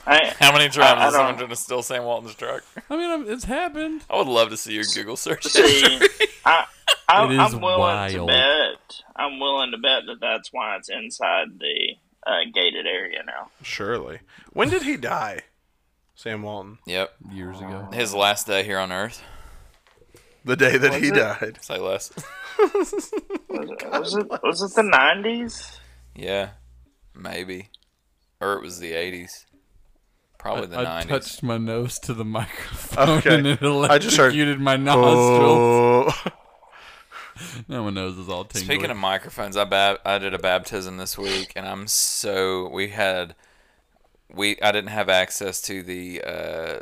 I,
How many
I-
times
I
has someone
don't-
tried to steal Sam Walton's truck?
I mean, I'm- it's happened.
I would love to see your Google search.
see, I, I,
It is
I'm willing to
wild.
bet. I'm willing to bet that that's why it's inside the uh, gated area now.
Surely. When did he die? Sam Walton.
yep.
Years ago.
His last day here on Earth.
The day that he died.
Say less.
Was it, was it, was it the '90s?
yeah. Maybe. Or it was the 80s. Probably the
I
90s.
touched my nose to the microphone
Okay.
and it
I just heard-
electrocuted my nostrils.
Oh.
No, my nose is all tingling.
Speaking of microphones, I bab- I did a baptism this week, and I'm so we had we I didn't have access to the uh,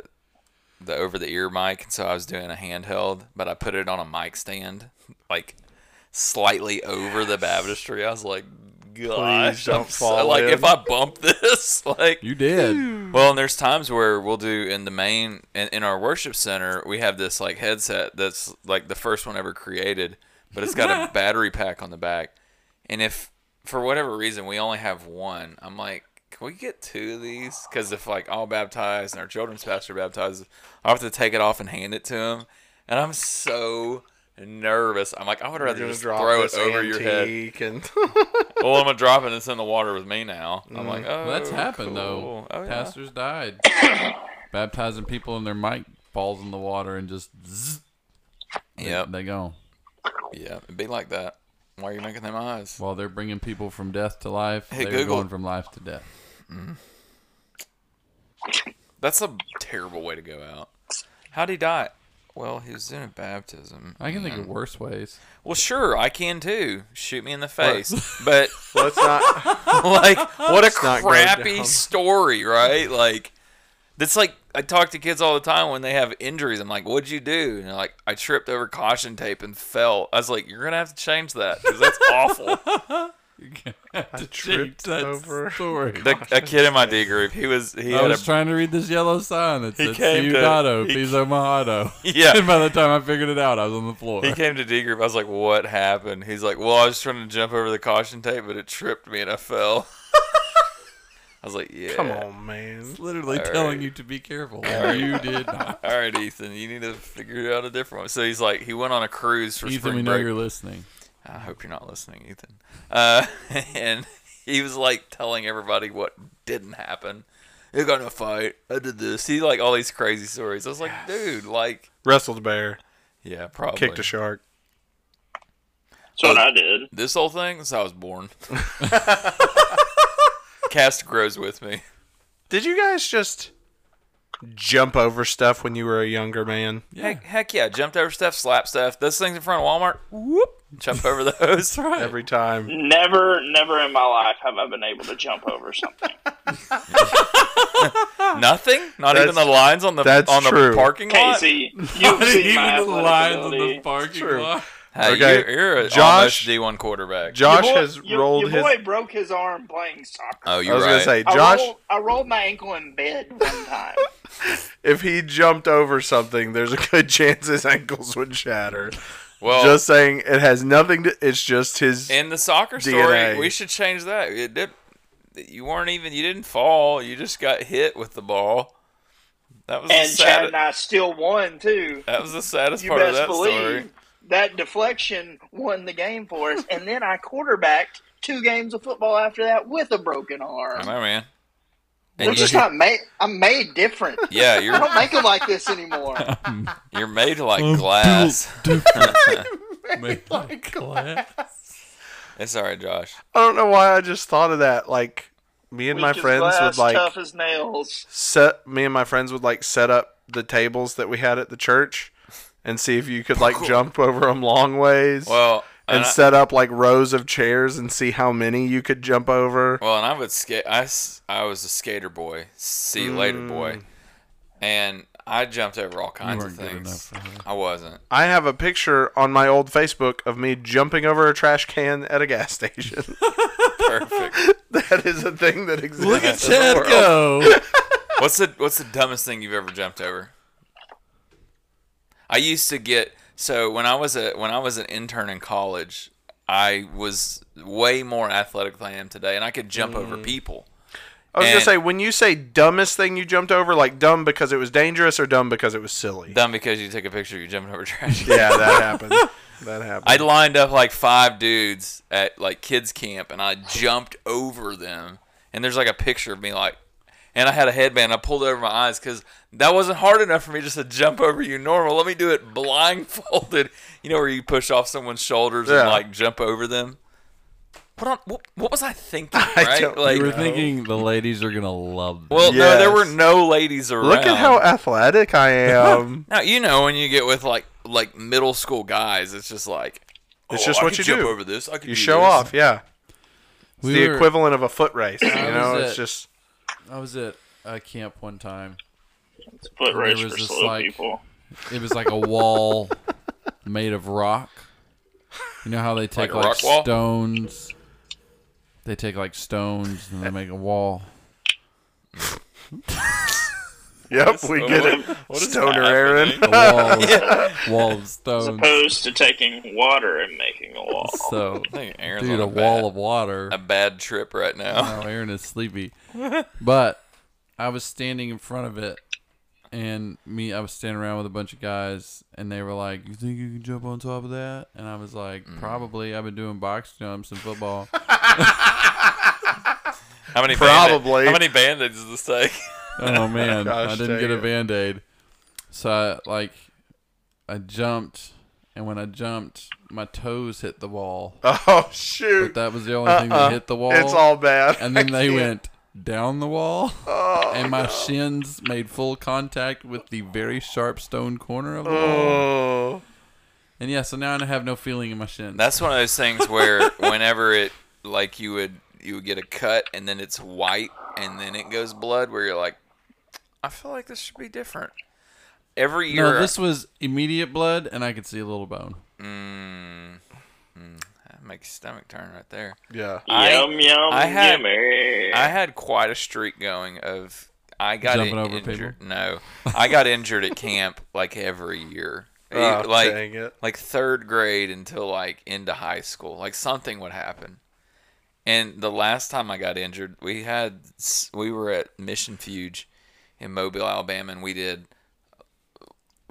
the over the ear mic, and so I was doing a handheld, but I put it on a mic stand, like slightly over the baptistry. I was like, gosh,
don't
I'm so-
fall
like if
in."
I bump this, like
you did.
well, and there's times where we'll do in the main in, in our worship center, we have this like headset that's like the first one ever created, but it's got a battery pack on the back. And if for whatever reason we only have one, I'm like, can we get two of these? Because if like all baptized and our children's pastor baptized, I'll have to take it off and hand it to him, and I'm so nervous. I'm like, I would
You're
rather
gonna
just
drop
throw it
this
over your head.
antique and-
Well, I'm gonna drop it and it's in the water with me now. I'm
Mm.
like, oh,
Well, that's happened
cool.
though.
Oh, yeah.
Pastors died, baptizing people, and their mic falls in the water and just. Zzz, they-
Yep.
They go.
Yeah, it'd be like that. Why are you making them eyes?
While they're bringing people from death to life,
Hey,
they're
Google.
going from life to death.
That's a terrible way to go out. How'd he die? Well, he was doing a baptism.
I can think of worse ways.
Well, sure, I can too. Shoot me in the face. But
Let's not.
like, what a
not go
crappy
down.
story, right? Like, that's like I talk to kids all the time when they have injuries. I'm like, "What'd you do?" And they're like, "I tripped over caution tape and fell." I was like, "You're gonna have to change that because that's awful."
I
Dude,
tripped
that's
over.
story.
the, a kid in my D group, he was he
I
had a
was trying to read this yellow sign that
He
said
came to-
Ciudado,
he-
Piso Mojado.
Yeah.
and by the time I figured it out, I was on the floor.
He came to D group. I was like, "What happened?" He's like, "Well, I was trying to jump over the caution tape, but it tripped me and I fell." I was like, yeah.
Come on, man.
It's literally
All
telling
right.
you to be careful. You did not.
All right, Ethan, you need to figure out a different one. So he's like, he went on a cruise for
Ethan,
spring
we know
break.
you're listening.
I hope you're not listening, Ethan. Uh, and he was like telling everybody what didn't happen. They got in a fight. I did this. He like all these crazy stories. I was like, dude, like,
Wrestled a bear,
yeah, probably
kicked a shark.
That's what I did.
This whole thing since I was born. Cast grows with me.
Did you guys just jump over stuff when you were a younger man?
Heck, heck yeah, jumped over stuff, slap stuff. Those things in front of Walmart, whoop, jump over those.
Every time.
Never, never in my life have I been able to jump over something.
Nothing, not
That's-
even the lines on the
that's
on the
true.
parking lot.
Casey, you've seen my
Even the lines
athletic
on the
ability.
parking
True.
lot.
Hey,
Okay,
you're, you're a
Josh-
almost D1 quarterback.
Your
Josh
boy-
has
your-
rolled
your
his.
boy broke his arm playing soccer.
oh,
I
you're
was
right.
gonna say,
I
Josh,
rolled, I rolled my ankle in bed one time.
if he jumped over something, there's a good chance his ankles would shatter.
well,
just saying, it has nothing to. It's just his.
in the soccer
DNA.
story, we should change that. It did. You weren't even. You didn't fall. You just got hit with the ball. That was
and
the
Chad
saddest,
and I still won too.
that was the saddest
You
part of
best
that
believe
story.
that deflection won the game for us. and then I quarterbacked two games of football after that with a broken
I
arm.
know, man. And
We're
you-
just not made. I'm made different.
yeah,
I
you're
don't make them like this anymore.
you're made like
Oh,
glass.
Make like glass.
It's all right, Josh.
I don't know why I just thought of that. Like me and my
Weak as
friends
glass,
would like
tough as nails.
set. Me and my friends would like set up the tables that we had at the church, and see if you could like jump over them long ways.
Well,
and
and I-
set up like rows of chairs and see how many you could jump over.
Well, and I would skate. I, s- I was a skater boy, see you later boy, and I jumped over all kinds
Mm. weren't
of
good enough
things.
for her.
I wasn't.
I have a picture on my old Facebook of me jumping over a trash can at a gas station.
Perfect.
that is a thing that exists.
Look at
in the
Chad
world.
go.
what's the What's the dumbest thing you've ever jumped over? I used to get so when I was a when I was an intern in college, I was way more athletic than I am today, and I could jump
Mm.
over people.
I was gonna
And-
say when you say dumbest thing you jumped over, like dumb because it was dangerous or dumb because it was silly.
Dumb because you took a picture, you jumping over trash.
yeah, that happened. That happened.
I lined up like five dudes at like kids camp, and I jumped over them. And there's like a picture of me like, and I had a headband. I pulled over my eyes because that wasn't hard enough for me just to jump over you normal. Let me do it blindfolded. You know where you push off someone's shoulders
Yeah.
and like jump over them. What on, what, what was I thinking?
I
Right?
don't-
like,
You were thinking the ladies are gonna love this.
well, no, there
Yes.
were no ladies around.
Look at how athletic I am.
Now you know when you get with like like middle school guys, it's just like.
It's
"Oh,
just
I
what
could
you
jump
do.
Over this, I could
you
do
show
this."
off, yeah. It's
We
the
were-
equivalent of a foot race. You
was
know, it's
at-
just
I was at a camp one time.
It's a foot
There
race
was
for
this,
slow
like-
people.
It was like a wall made of rock. You know how they
Like
take
a
like,
rock wall?
stones. They take like stones and they make a wall.
Yep, we get it. Stoner Aaron.
A wall, wall of stones.
Opposed to taking water and making a wall.
So,
I think Aaron's
dude,
on
a wall of water.
a bad trip right now.
Oh, Aaron is sleepy. But I was standing in front of it, and me, I was standing around with a bunch of guys, and they were like, "You think you can jump on top of that?" And I was like,
Mm.
"Probably. I've been doing box jumps and football."
Oh,
How many
Probably.
Band-Aids, how many band-aids does this take?
oh man, I
Gosh,
didn't get a
dang it.
band aid. So I like, I jumped, and when I jumped, my toes hit the wall.
Oh shoot!
But that was the only thing
Uh-uh.
that hit the wall.
It's all bad.
and then
I
they
can't- Oh,
went down the wall, and my shins made full contact with the very sharp stone corner of the wall.
Oh,
And yeah, so now I have no feeling in my shins.
That's one of those things where whenever it like you would you would get a cut and then it's white and then it goes blood where you're like I feel like this should be different. Every year
no, this was immediate blood, and I could see a little bone.
that makes your stomach turn right there.
yeah.
I-
yum yum
I had-
yummy.
I had quite a streak going of I got
Jumping
in-
over
injured. No, I got injured at camp like every year.
Oh,
like
dang it.
like third grade until like into high school. Like something would happen. And the last time I got injured, we had s- we were at Mission Fuge in Mobile, Alabama, and we did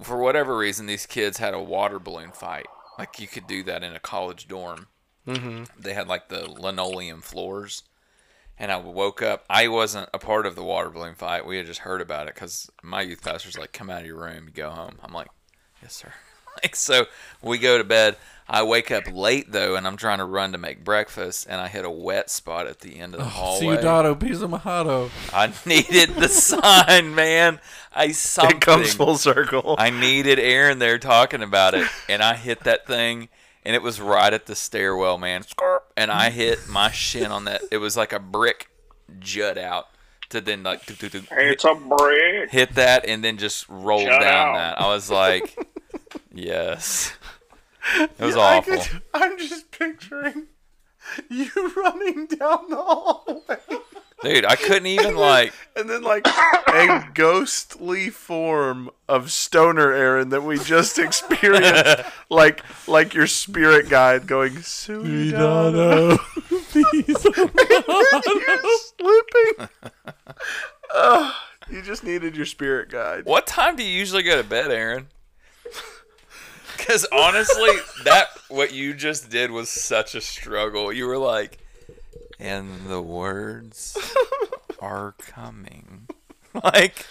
for whatever reason these kids had a water balloon fight. Like you could do that in a college dorm. Mm-hmm. They had like the linoleum floors, and I woke up. I wasn't a part of the water balloon fight. We had just heard about it because my youth pastor's like, "Come out of your room, you go home." I'm like, "Yes, sir." Like so, we go to bed. I wake up late though, and I'm trying to run to make breakfast, and I hit a wet spot at the end of the hallway.
Ciudado Pizza Mojado.
I needed the sign, man. I something.
It comes full circle.
I needed Aaron there talking about it, and I hit that thing, and it was right at the stairwell, man. Scarp, and I hit my shin on that. It was like a brick jut out to then like do, do, do,
It's a brick.
hit that, and then just rolled
Shut
down
out.
that. I was like, yes, it was
I
awful.
could- I'm just picturing you running down the hallway.
Dude, I couldn't even like.
And then, like, a ghostly form of stoner Aaron that we just experienced, like like your spirit guide going, Suidana, you're slipping. Ugh, you just needed your spirit guide.
What time do you usually go to bed, Aaron? Because honestly, that what you just did was such a struggle. You were like, and the words are coming. Like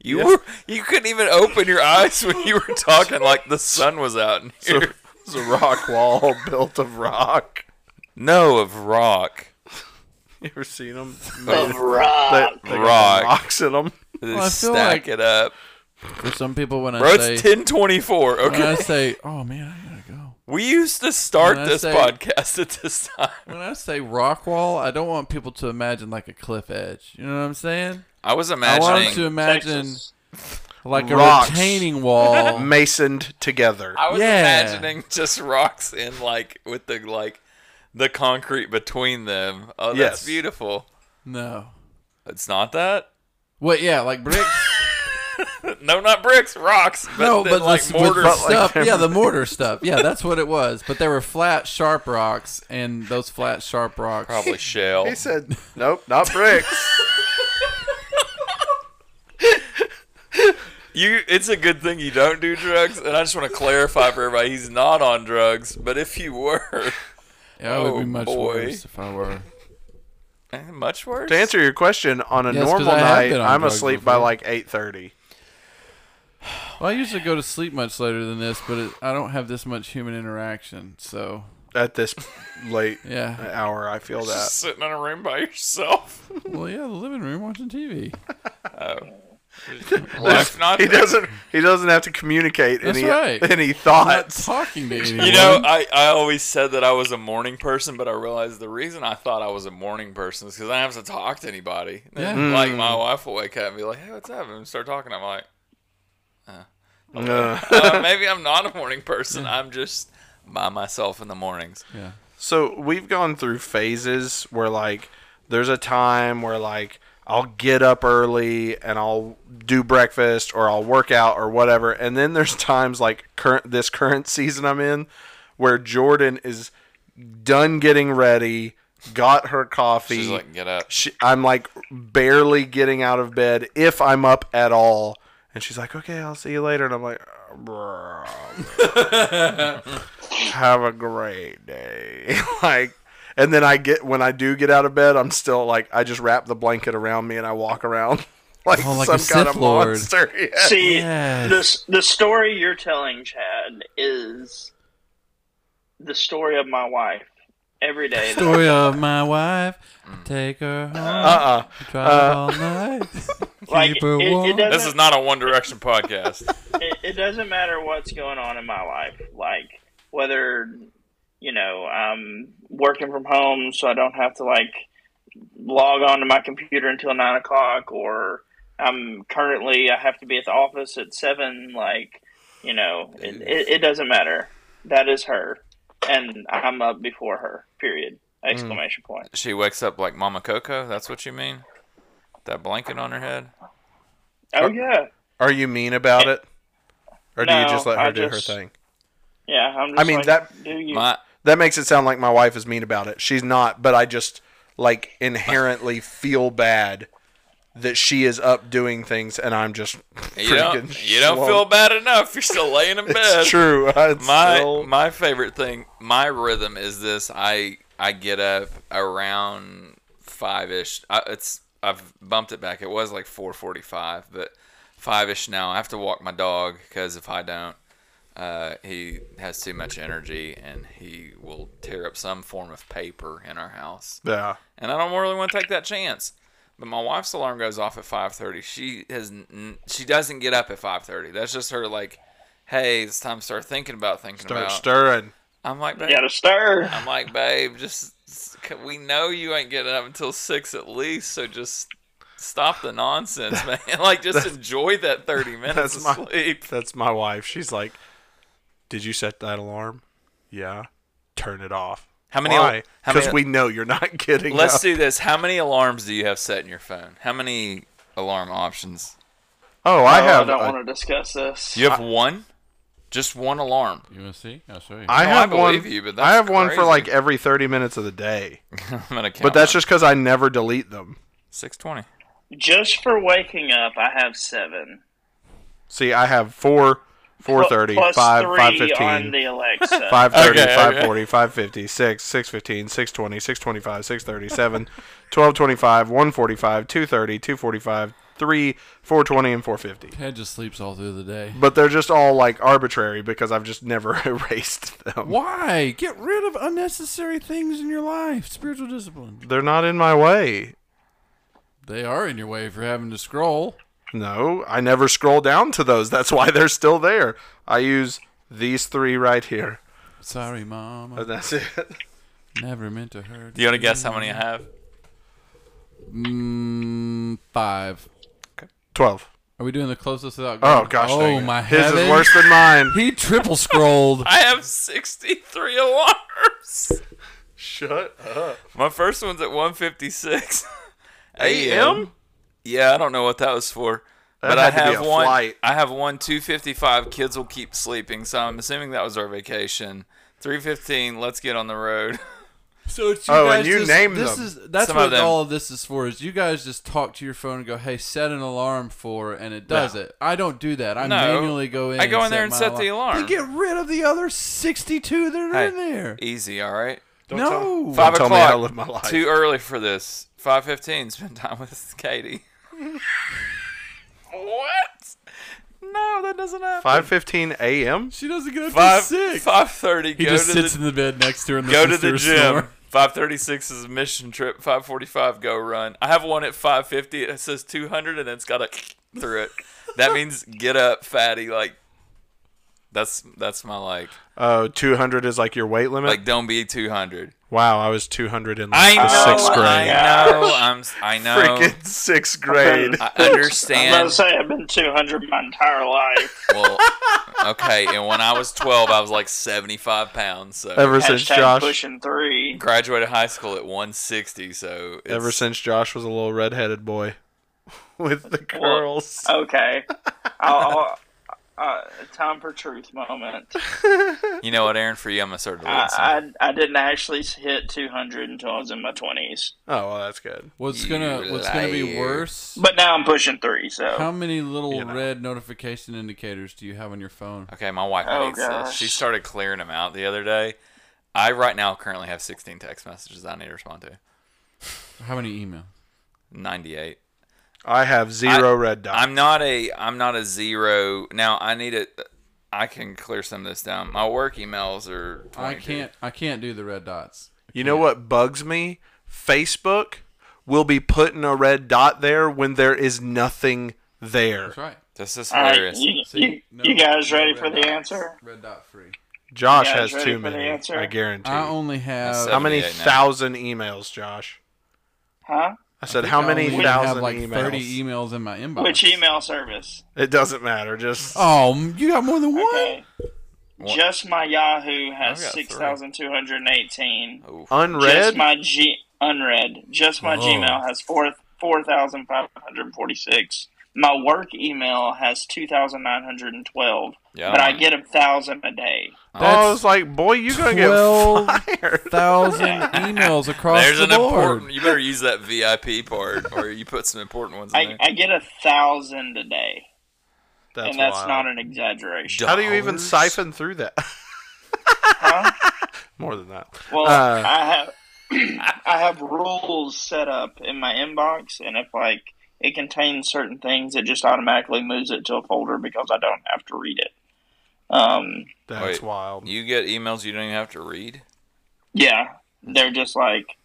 you were, you couldn't even open your eyes when you were talking. Like the sun was out in
It's
here.
a- it's a rock wall built of rock.
No, of rock.
You ever seen them?
Of rock.
Rock.
Rocks in them.
They
I feel
stack
like-
it up,
For some people, when I
bro.
say
It's ten twenty four.
when I
Okay,
say, oh man, I gotta go.
we used to start
when I
this
say-
podcast at this time.
When I say rock wall, I don't want people to imagine like a cliff edge. You know what I'm saying?
I was
I
imagining.
want them to imagine
Texas.
like a
Rocks.
retaining wall.
Masoned together.
I was
Yeah.
imagining just rocks in like with the like the concrete between them. Oh, that's
Yes.
beautiful.
no.
It's not that.
What? Yeah, like bricks.
No, not bricks, rocks. But
no,
then,
but
like
like
mortar.
but, like,
stuff. yeah, the mortar stuff. Yeah, that's what it was. But they were flat, sharp rocks, and those flat, sharp rocks.
probably shell.
He said, "Nope, not bricks."
You. It's a good thing you don't do drugs. And I just want to clarify for everybody: he's not on drugs. But if you were,
Yeah, it would
Oh,
be much
boy.
worse if I were.
eh, much worse.
to answer your question, on a
Yes, 'cause
normal
I have
night,
been on
I'm
drugs
asleep by
before.
like 8:30.
Well, I usually go to sleep much later than this, but it, I don't have this much human interaction. So,
At this late
Uh,
Yeah.
hour, I feel
Just
that.
sitting in a room by yourself.
well, yeah, the living room watching TV.
Life not
He
there.
doesn't. He doesn't have to communicate
That's
any
right.
any
Not
thoughts.
talking to anyone.
You know, I, I always said that I was a morning person, but I realized the reason I thought I was a morning person is because I don't have to talk to anybody.
Yeah.
Like, my wife will wake up and be like, hey, what's up? And start talking. I'm like,
Uh,
uh, maybe I'm not a morning person. I'm just by myself in the mornings.
yeah.
so we've gone through phases where like there's a time where like I'll get up early and I'll do breakfast or I'll work out or whatever. And then there's times like current this current season I'm in where Jordan is done getting ready, got her coffee.
She's like, get up.
she, I'm like barely getting out of bed if I'm up at all. And she's like, okay, I'll see you later. And I'm like, "Bruh, have a great day. like, and then I get, when I do get out of bed, I'm still like, I just wrap the blanket around me and I walk around like,
Oh, like
some
a
kind
Sith
of
Lord.
monster. Yeah.
See,
Yes.
this the story you're telling, Chad, is the story of my wife. Every day,
Story of my wife.
Mm.
I take her home.
uh-uh.
Uh,
drive all night.
like it,
keep her warm.
it
This
doesn't
is not a One Direction podcast.
it, it doesn't matter what's going on in my life. Like whether you know I'm working from home, so I don't have to like log on to my computer until nine o'clock, or I'm currently I have to be at the office at seven. Like you know, it, it, it doesn't matter. That is her, and I'm up before her. Period.
Mm.
Exclamation point.
she wakes up like Mama Coco. That's what you mean? That blanket on her head?
Oh yeah,
Are you mean about it? Or do you
No,
just let her
I
do
just-
her thing?
yeah. I'm just
I mean,
like,
that-
Do you?
My,
That makes it sound like my wife is mean about it. She's not, but I just like inherently feel bad that she is up doing things and I'm just
You
freaking
don't, you don't
slow.
feel bad enough. You're still laying in bed.
It's true. It's
my
still-
my favorite thing my rhythm is this i i get up around five-ish I, it's i've bumped it back it was like 4.45 but five-ish now i have to walk my dog because if i don't uh, he has too much energy and he will tear up some form of paper in our house
yeah.
and I don't really want to take that chance. But my wife's alarm goes off at 5:30. She has n- n- she doesn't get up at 5:30. That's just her like, hey, it's time to start thinking about thinking
Start
about.
stirring.
I'm like, babe,
You gotta stir.
I'm like, babe, just we know you ain't getting up until six at least, so just stop the nonsense, man. like just enjoy that 30 minutes of
that's my-
sleep.
That's my wife. She's like, "Did you set that alarm? Yeah. Turn it off.
How many-
Why?
how
Because
many-
we know you're not getting.
Let's
up.
do this. How many alarms do you have set in your phone? How many alarm options?
Oh, I
Oh,
have.
I don't
a-
want to discuss this.
You have one, just one alarm.
You want to see? I'll show you.
I
No, I
have one.
believe you, but
I
that's
have one for
crazy.
like every 30 minutes of the day.
I'm gonna count.
But that's just because I never delete them.
six twenty.
Just for waking up, I have seven.
See, I have four, 4:30,
Plus
five,
three
5:15,
on the uh, Alexa.
5:30,
Okay, okay.
5:40, 5:50, 6, 6:15, 6:20, 6:25, 6:30, 7, 12:25, 1:45, 2:30, 2:45, 3, 4:20, and 4:50.
Ted just sleeps all through the day.
But they're just all like arbitrary because I've just never erased them.
Why? Get rid of unnecessary things in your life. Spiritual discipline.
They're not in my way.
They are in your way if you're having to scroll.
No, I never scroll down to those. That's why they're still there. I use these three right here.
Sorry, Mama.
And that's it.
Never meant to hurt.
Do you want to guess how many I have?
Mm, five.
12.
Are we doing the closest without?
Oh,
going?
gosh.
Oh
dang it.
my
His
heavens.
is worse than mine.
He triple scrolled.
I have 63 alarms.
Shut up.
My first one's at 156 a.m. Yeah, I don't know what that was for.
That had
but
to
I
be
have
a
one.
flight.
I have one 255. Kids will keep sleeping, so I'm assuming that was our vacation. 315. Let's get on the road.
So it's you
Oh,
guys
and you
just,
named
this
them.
Is, that's
Some of
what
them.
all of this is for. Is you guys just talk to your phone and go, "Hey, set an alarm for," and it does it. I don't do that. I
No.
manually go in.
I go in there and
my
set the alarm.
Then get rid of the other sixty-two that are
Hey,
in there.
Easy, all right.
No,
Don't
Five
tell me
o'clock.
how to live my life.
Too early for this. 515. Spend time with Katie. what? No, that doesn't happen.
5:15 a.m.
she doesn't get up
five
till six.
five thirty.
he
Go
just
to
sits
the,
in the bed next to her and
go to
listens
the
her
gym.
snore.
Five thirty six is a mission trip. Five forty five go run. I have one at five fifty. It says two hundred and it's got a through it. That means get up, fatty. Like that's that's my like
Oh, 200 is like your weight limit.
like don't be two hundred.
wow, I was 200 in like
know,
the sixth
I
grade.
know. I'm s- I know.
Freaking sixth grade.
I
I'm about to
understand.
say I've been 200 my entire life.
Well, okay. And when I was twelve, I was like seventy five pounds. So
Ever since
Hashtag
Josh,
pushing three.
graduated high school at one sixty. So it's,
ever since Josh was a little redheaded boy with the curls.
Okay. I'll, I'll, uh, time for truth moment.
you know what, Aaron? For you, I'm gonna start to listen.
I, I, I didn't actually hit 200 until I was in my 20s.
Oh, well, that's good.
What's gonna
You
What's gonna be
liar.
worse?
But now I'm pushing three,
How
so.
many little
You know.
red notification indicators do you have on your phone?
Okay, my wife
Oh,
hates this.
gosh.
She started clearing them out the other day. I right now currently have 16 text messages I need to respond to.
How many emails?
98.
I have zero red dots.
I'm not a I'm not a zero. Now I need a I can clear some of this down. My work emails are 22.
I can't. I can't do the red dots.
You know what bugs me? Facebook will be putting a red dot there when there is nothing there.
That's right.
This is
All right,
hilarious.
you,
See,
you,
no,
you guys
no
ready
red
for the
dots.
answer?
Red dot free.
Josh
You
has
guys ready
too
for the
many.
answer?
I guarantee.
I only have.
How many
78 now.
thousand emails, Josh?
Huh?
I said how many
I only
thousand
have like
emails?
thirty emails in my inbox.
Which email service?
It doesn't matter. Just
Oh, you got more than one.
Okay. Just my Yahoo has
I've got three. Oh.
6,218. Just
unread.
my G unread. Just my
Oh.
Gmail has four four thousand five hundred forty six. my work email has 2,912,
Yeah,
but I
man.
get a thousand a day.
oh, I
That's
was like, boy, you gonna get
12
fired.
thousand emails across
There's
the
an
board.
important. You better use that VIP part, or you put some important ones in
I,
there.
I get a thousand a day,
That's,
and that's
wild.
not an exaggeration.
How do you even
Dollars?
siphon through that?
Huh?
More than that.
Well,
Uh.
I have I have rules set up in my inbox, and if like it contains certain things, it just automatically moves it to a folder because I don't have to read it. Um,
That's
Wait,
wild.
You get emails you don't even have to read.
yeah, they're just like.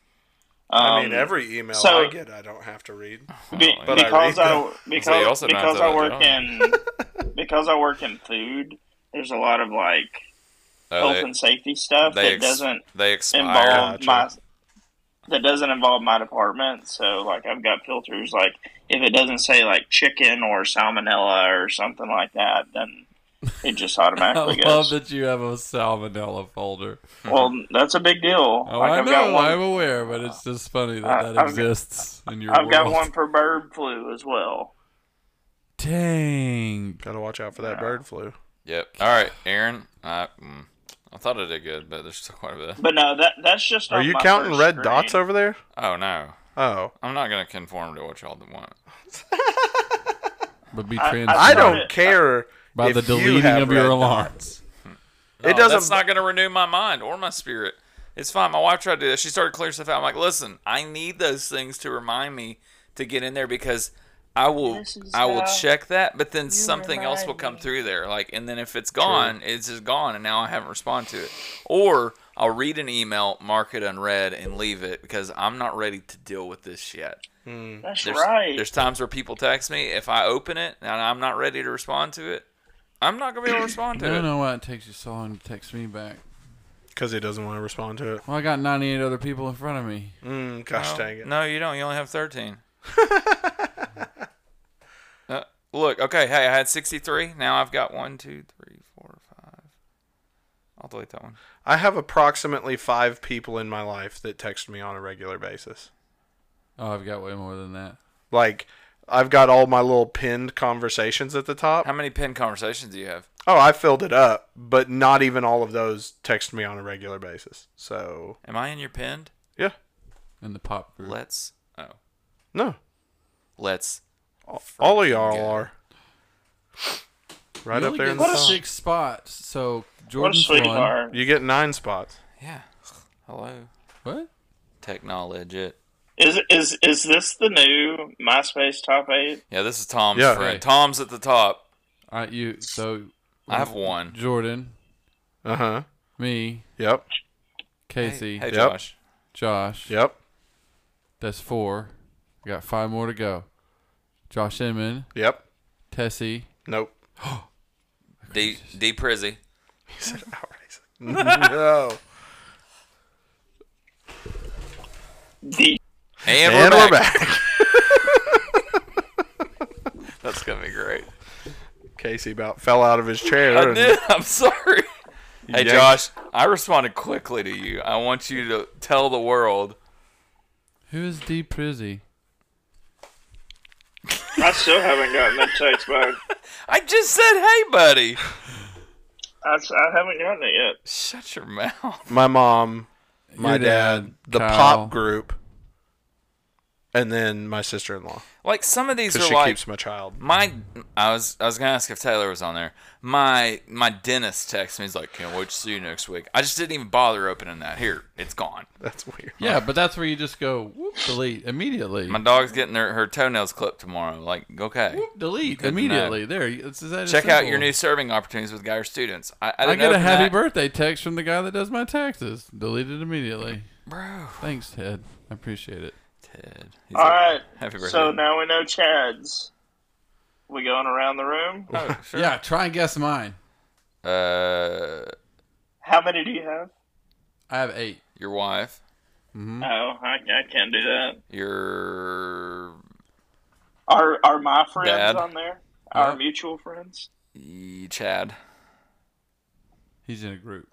Um,
I mean, every email
so-
I get, I don't have to read.
Be-
Oh,
But I
because
read
I,
them.
because,
So you also don't
because
have
I
to have
work in because I work in food. There's a lot of like
Oh,
Uh,
health
they,
and safety stuff
they
that
ex-
doesn't
they expire.
Gotcha.
involve my that doesn't involve my department. So like I've got filters like if it doesn't say like chicken or salmonella or something like that, then it just
I
automatically
love
goes.
that you have a salmonella folder.
well, that's a big deal.
Oh,
like
I
have got
know,
one.
I'm aware, but it's just funny that
I-
that
I've got-
exists in your
I've got
world.
one for bird flu as well.
Dang.
Gotta watch out for that bird flu.
Yep. All right, Aaron. I, mm, I thought I did good, but there's still quite a bit.
But no, that that's just.
Are
on
you
my
counting
first
red
screen.
dots over there?
Oh no,
Oh,
I'm not gonna conform to what y'all want.
But be
I-
trans.
I
Sorry.
don't care
by
if
the
you
deleting
have
of your
red
alarms.
dots. It
No,
doesn't.
Oh, That's not gonna renew my mind or my spirit. It's fine. My wife tried to do that. She started clearing stuff out. I'm like, listen, I need those things to remind me to get in there because I will,
This is
I will
how
check that, but then something else
remind
will come
me.
through there. Like, and then if it's gone, it's just gone, and now I haven't responded to it. Or I'll read an email, mark it unread, and leave it because I'm not ready to deal with this yet.
That's
There's,
right.
There's times where people text me. If I open it and I'm not ready to respond to it, I'm not gonna be able to respond
I
to it.
don't know why it takes you so long to text me back.
because he doesn't want to respond to it.
Well, I got 98 other people in front of me.
Mm, gosh
No,
dang it!
Oh, No, you don't. You only have 13. uh, look, okay, hey, I had 63. Now I've got one, two, three, four, five. I'll delete that one.
I have approximately five people in my life that text me on a regular basis.
Oh, I've got way more than that.
Like I've got all my little pinned conversations at the top.
How many pinned conversations do you have?
Oh, I filled it up, but not even all of those text me on a regular basis. So
Am I in your pinned?
yeah,
In the pop
Mm-hmm.
group.
Let's. Oh.
no,
Let's.
all of y'all
good.
are right
You
up
only
there
get
in the top.
six spots. So
what a
Jordan's one.
sweetheart.
You get nine spots.
Yeah. Hello.
What?
Technology. it.
Is is is this the new MySpace top eight?
Yeah, this is Tom's
Yeah.
friend.
Hey.
Tom's at the top.
All right, you. So
I have one.
Jordan,
Uh huh.
me,
Yep.
Casey,
Hey,
Yep.
Josh.
Josh.
Yep.
That's four. We got five more to go. Josh Inman,
Yep.
Tessie,
Nope.
D. D. Prizzy.
He said outrageous. no.
D
And,
And
we're,
we're
back.
back.
That's gonna be great.
Casey about fell out of his chair.
I
and-
did. I'm sorry. Hey,
Yikes.
Josh, I responded quickly to you. I want you to tell the world.
Who is D. Prizzy?
I still haven't gotten that text back.
I just said, hey, buddy.
I, s- I haven't gotten it yet.
Shut your mouth.
my mom, my
Your
dad,
dad,
the
Kyle.
pop group, and then my sister in law.
Like, some of these
Because
are
she
like.
keeps my child.
my, I was I was gonna ask if Taylor was on there. My my dentist texts me. He's like, "Can't wait to see you next week." I just didn't even bother opening that. Here, it's gone.
That's weird.
Yeah, but that's where you just go whoop, delete immediately.
My dog's getting her, her toenails clipped tomorrow. Like, okay,
Whoop, delete
Good
immediately. There, it's is that
check out your
simple.
new serving opportunities with Geyer students. I, I,
I
didn't
get a
open
happy
that.
birthday text from the guy that does my taxes. Deleted immediately.
bro.
Thanks, Ted. I appreciate it.
Ted. He's
All
like,
right.
Happy birthday.
So now we know Chad's. We going around the room?
Oh, sure.
Yeah, try and guess mine.
Uh,
How many do you have?
I have eight.
your wife,
Hmm?
Oh, I, I can't do that.
your
Are are my friends
Dad.
on there? Our
Yeah.
mutual friends.
e- Chad,
He's in a group,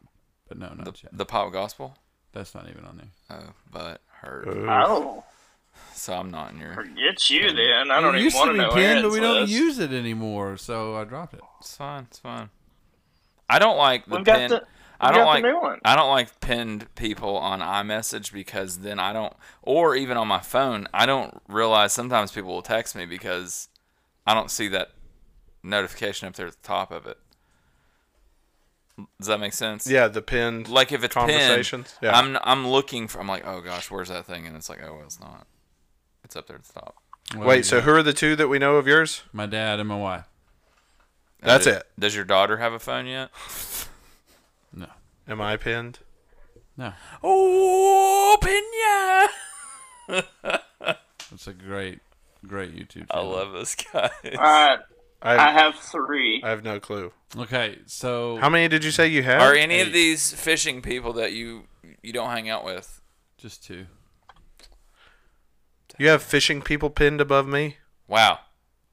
but no, not
the,
Chad.
the pop gospel.
That's not even on there.
Uh.
Oh, but her.
Ooh.
Oh,
So I'm not in your.
It's you then. I don't
it
even
used
want
to
to
be pinned,
know
but
Aaron's
we don't
list.
use it anymore, so I dropped it.
It's fine. It's fine. I don't like the
We've got
pin.
the-
I
we've
don't
got
like
the new one.
I don't like pinned people on iMessage because then I don't, or even on my phone, I don't realize sometimes people will text me because I don't see that notification up there at the top of it. Does that make sense?
Yeah, the pinned.
Like if it's
Conversations?
pinned,
Yeah.
I'm I'm looking for. I'm like, oh gosh, where's that thing? And it's like, oh, well, it's not. It's up there at the top.
Well,
Wait, so who are the two that we know of yours?
my dad and my wife.
And
That's
does-
it.
Does your daughter have a phone yet?
No,
Am I pinned?
no,
Oh, pinya!
it's a great, great YouTube.
I
channel.
love this guy.
Uh,
I
I
have,
have three.
I have no clue.
Okay, so
How many did you say you have?
Are any of
Eight.
these fishing people that you you don't hang out with?
just two.
you have fishing people pinned above me?
Wow,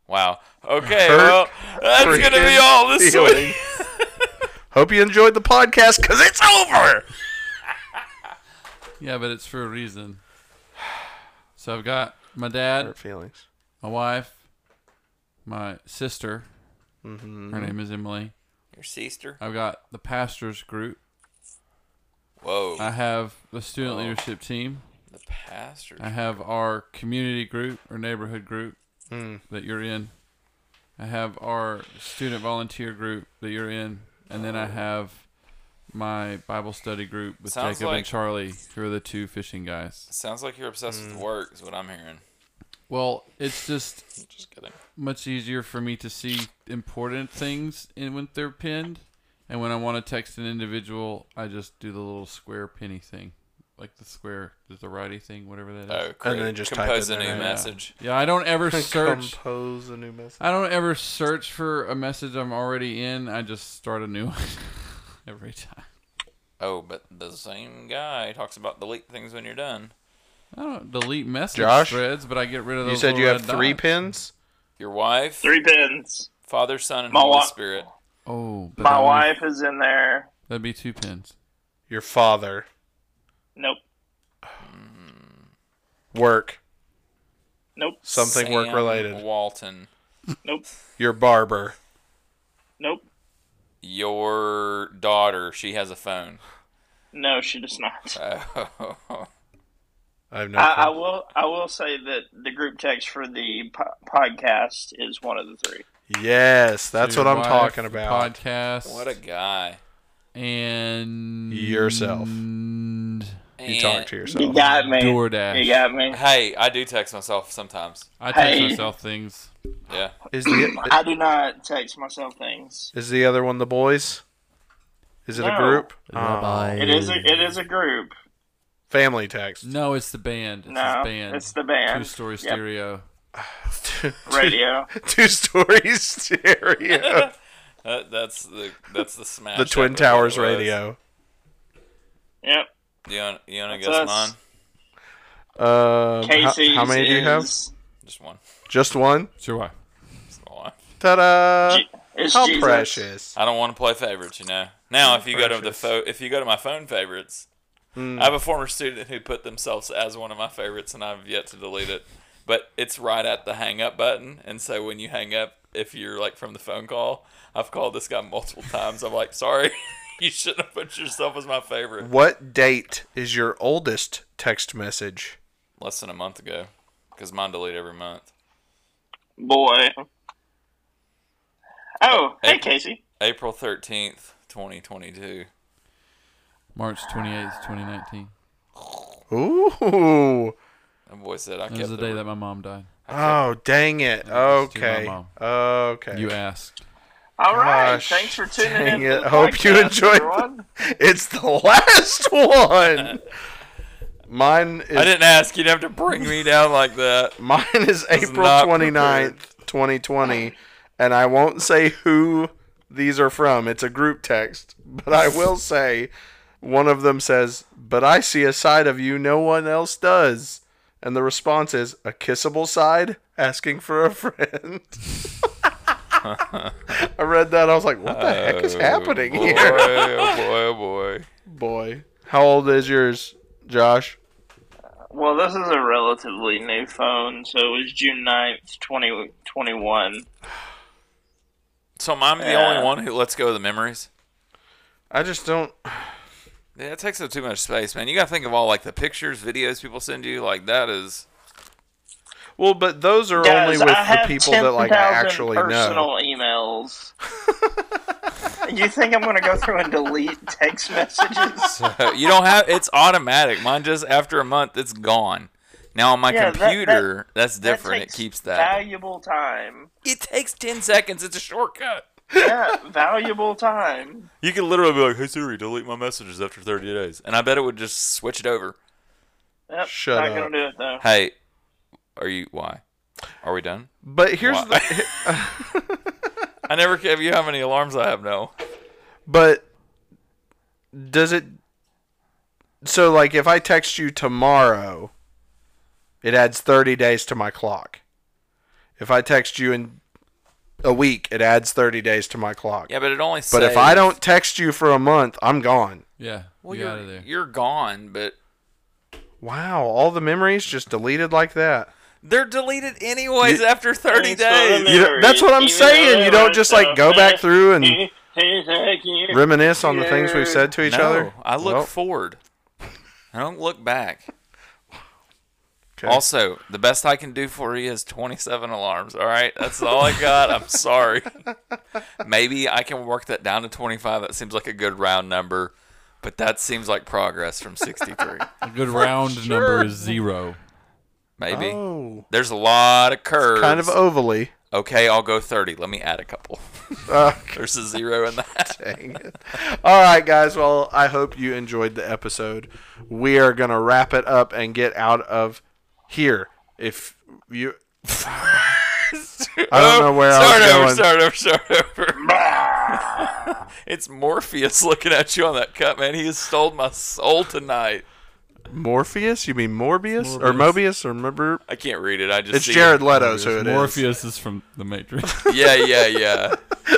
wow. Okay,
Hurt
well that's gonna be
freaking
all this
feelings.
week.
Hope you enjoyed the podcast because it's over.
Yeah, but it's for a reason. So I've got my dad,
Hurt feelings.
my wife, my sister.
Mm-hmm.
Her name is Emily.
Your sister.
I've got the pastors group.
Whoa,
I have the
Oh.
student leadership team.
the pastor.
I have our community group or neighborhood group
Hmm.
that you're in. I have our student volunteer group that you're in, and then I
Oh.
have my Bible study group with
Sounds
Jacob
like-
and Charlie, who are the two fishing guys.
Sounds like you're obsessed
Mm.
with work. Is what I'm hearing.
Well, it's just
Just kidding.
much easier for me to see important things in when they're pinned, and when I want to text an individual, I just do the little square penny thing, like the square, the righty thing, whatever that is.
Oh, great.
then just type
compose
it in
a new
there.
Yeah.
message.
Yeah, I don't ever search.
Compose a new message.
I don't ever search for a message I'm already in. I just start a new one every time.
Oh, but the same guy talks about delete things when you're done.
I don't delete message
Josh?
threads, but I get rid of those.
You said
little
you have
red
three
dots.
pins.
Your wife,
Three pins.
Father, Son, and
My
Holy
wa-
Spirit.
Oh, but
My
that would-
wife is in there.
That'd be two pins.
Your father,
Nope.
work,
Nope.
something
Sam
work related.
Walton.
Nope.
Your barber.
Nope.
Your daughter. She has a phone.
No, she does not.
Oh.
I have no.
I, I
clue.
will. I will say that the group text for the po- podcast is one of the three.
yes, that's
Your
what I'm
wife,
talking about.
Podcast.
What a guy.
and
Yourself.
And
You talk to
You
yourself.
got me.
DoorDash.
You got me.
Hey, I do text myself sometimes.
I text
Hey.
myself things.
Yeah.
Is the
I do not text myself things.
is the other one the boys? Is it a
No.
group? Oh.
It is. A, it is a group.
Family text.
No, it's the band. It's
No,
his band.
it's the band.
Two story
Yep.
stereo.
Radio.
Two stories stereo.
That, that's the that's the smash.
the Twin
that really
Towers
was.
radio.
yep.
You wanna, you wanna
That's
guess
us.
Um,
mine?
how,
Casey's
how many do you have?
is-
Just one.
Just one.
It's your wife.
Just one.
Ta-da!
Je- is
How
Jesus.
precious.
I don't want to play favorites, you know. Now, if you go to the
Precious.
fo- if you go to my phone favorites, I have a former student who put themselves as one of my favorites, and I've yet to delete it. But it's right at the hang up button, and so when you hang up, if you're like from the phone call, I've called this guy multiple times. I'm like, sorry, you shouldn't have put yourself as my favorite.
What date is your oldest text message?
Less than a month ago, because mine delete every month.
Boy. Oh, hey
Hey.
Casey.
April thirteenth, twenty twenty two.
March 28th, 2019.
Ooh.
That boy said I
That was
kept
the
the,
day that my mom died.
Oh, dang it.
was to my
Okay.
mom.
Okay.
You asked.
All right.
Gosh,
Thanks for tuning
dang
in. to
it.
the
Hope you
podcast,
enjoyed
everyone.
it's the last one. Mine
I
is
didn't ask. You'd have to bring me down like that.
mine is April
not
29th, 2020, and I won't say who these are from. It's a group text, but I will say one of them says, "But I see a side of you no one else does." And the response is a kissable side asking for a friend. I read that. I was like, what the heck is happening
boy,
here?
Oh boy, oh boy.
boy. How old is yours, Josh?
Well, this is a relatively new phone, so it was June 9th, 2021.
So I'm the
Yeah.
only one who lets go of the memories.
I just don't.
Yeah, it takes up too much space, man. You gotta think of all like the pictures, videos people send you. Like that is
Well, but those are
Guys,
only with
I have
the people that like I
10,000
actually know.
personal emails. you think I'm going to go through and delete text messages?
you don't have it's automatic. Mine just after a month, it's gone. Now on my
Yeah, that- that-
computer, that's
That
different.
takes
it keeps that.
valuable time.
it takes ten seconds. It's a shortcut.
Yeah, valuable time.
You could literally be like, "Hey Siri, delete my messages after 30 days," and I bet it would just switch it over.
Yep,
Shut
not
up.
going to do it though.
Hey, are you? Why? Are we done?
But here's
Why?
the.
I never gave you how many alarms I have now.
But does it? So like, if I text you tomorrow, it adds thirty days to my clock. If I text you in a week, it adds thirty days to my clock.
Yeah, but it only.
but if I don't text you for a month, I'm gone.
Yeah,
well,
you
you're
out of there.
you're gone. But
Wow, all the memories just deleted like that.
they're deleted anyways after 30
Thanks for the
days.
You don't- that's what I'm
memories, even
saying.
though
You don't
it's
just
so
like go back
fast.
through and
Thank you.
reminisce on the things we've said to each
no,
other.
I look
Well,
forward. I don't look back.
okay.
Also, the best I can do for you is 27 alarms. All right, that's all I got. I'm sorry. Maybe I can work that down to 25. That seems like a good round number, but that seems like progress from 63.
A good round number is zero.
Maybe
Oh,
there's a lot of curves.
kind of ovally.
okay. I'll go 30. Let me add a couple.
Uh,
There's a zero in that.
Dang it. All right, guys. Well, I hope you enjoyed the episode. We are going to wrap it up and get out of here. If you. I don't know where I was
start
going.
over, Oh, Start over, start over. it's Morpheus looking at you on that cut, man. He has stole my soul tonight.
Morpheus? You mean Morbius? Or
Morbius.
Mobius? Or remember?
I can't read it. I just
It's
see
Jared Leto's who it is.
Morpheus is from The Matrix.
Yeah, yeah, yeah.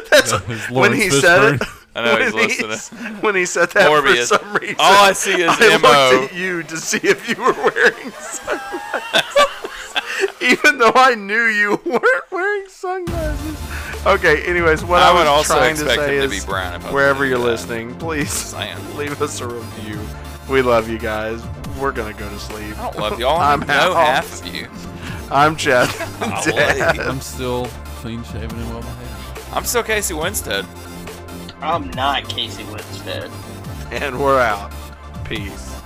That's,
It's
when
Lawrence
he said it.
Fishburne.
I know he's
when
listening.
when he said that
Morbius.
for some reason.
All I see is
I
MO.
looked at you to see if you were wearing sunglasses. Even though I knew you weren't wearing sunglasses. Okay, anyways, what I,
I
was
would also
trying to
expect
say
him to
is
be brown uh, if I was
wherever
gonna
you're
do that.
listening, please
Saying.
leave us a review. We love you guys. We're gonna go to sleep.
I don't love y'all. I
I'm
don't know
Hal.
half of you.
I'm Chad.
Golly.
I'm still clean shaven and well behaved.
I'm still Casey Winstead.
I'm not Casey Winstead.
and we're out. Peace.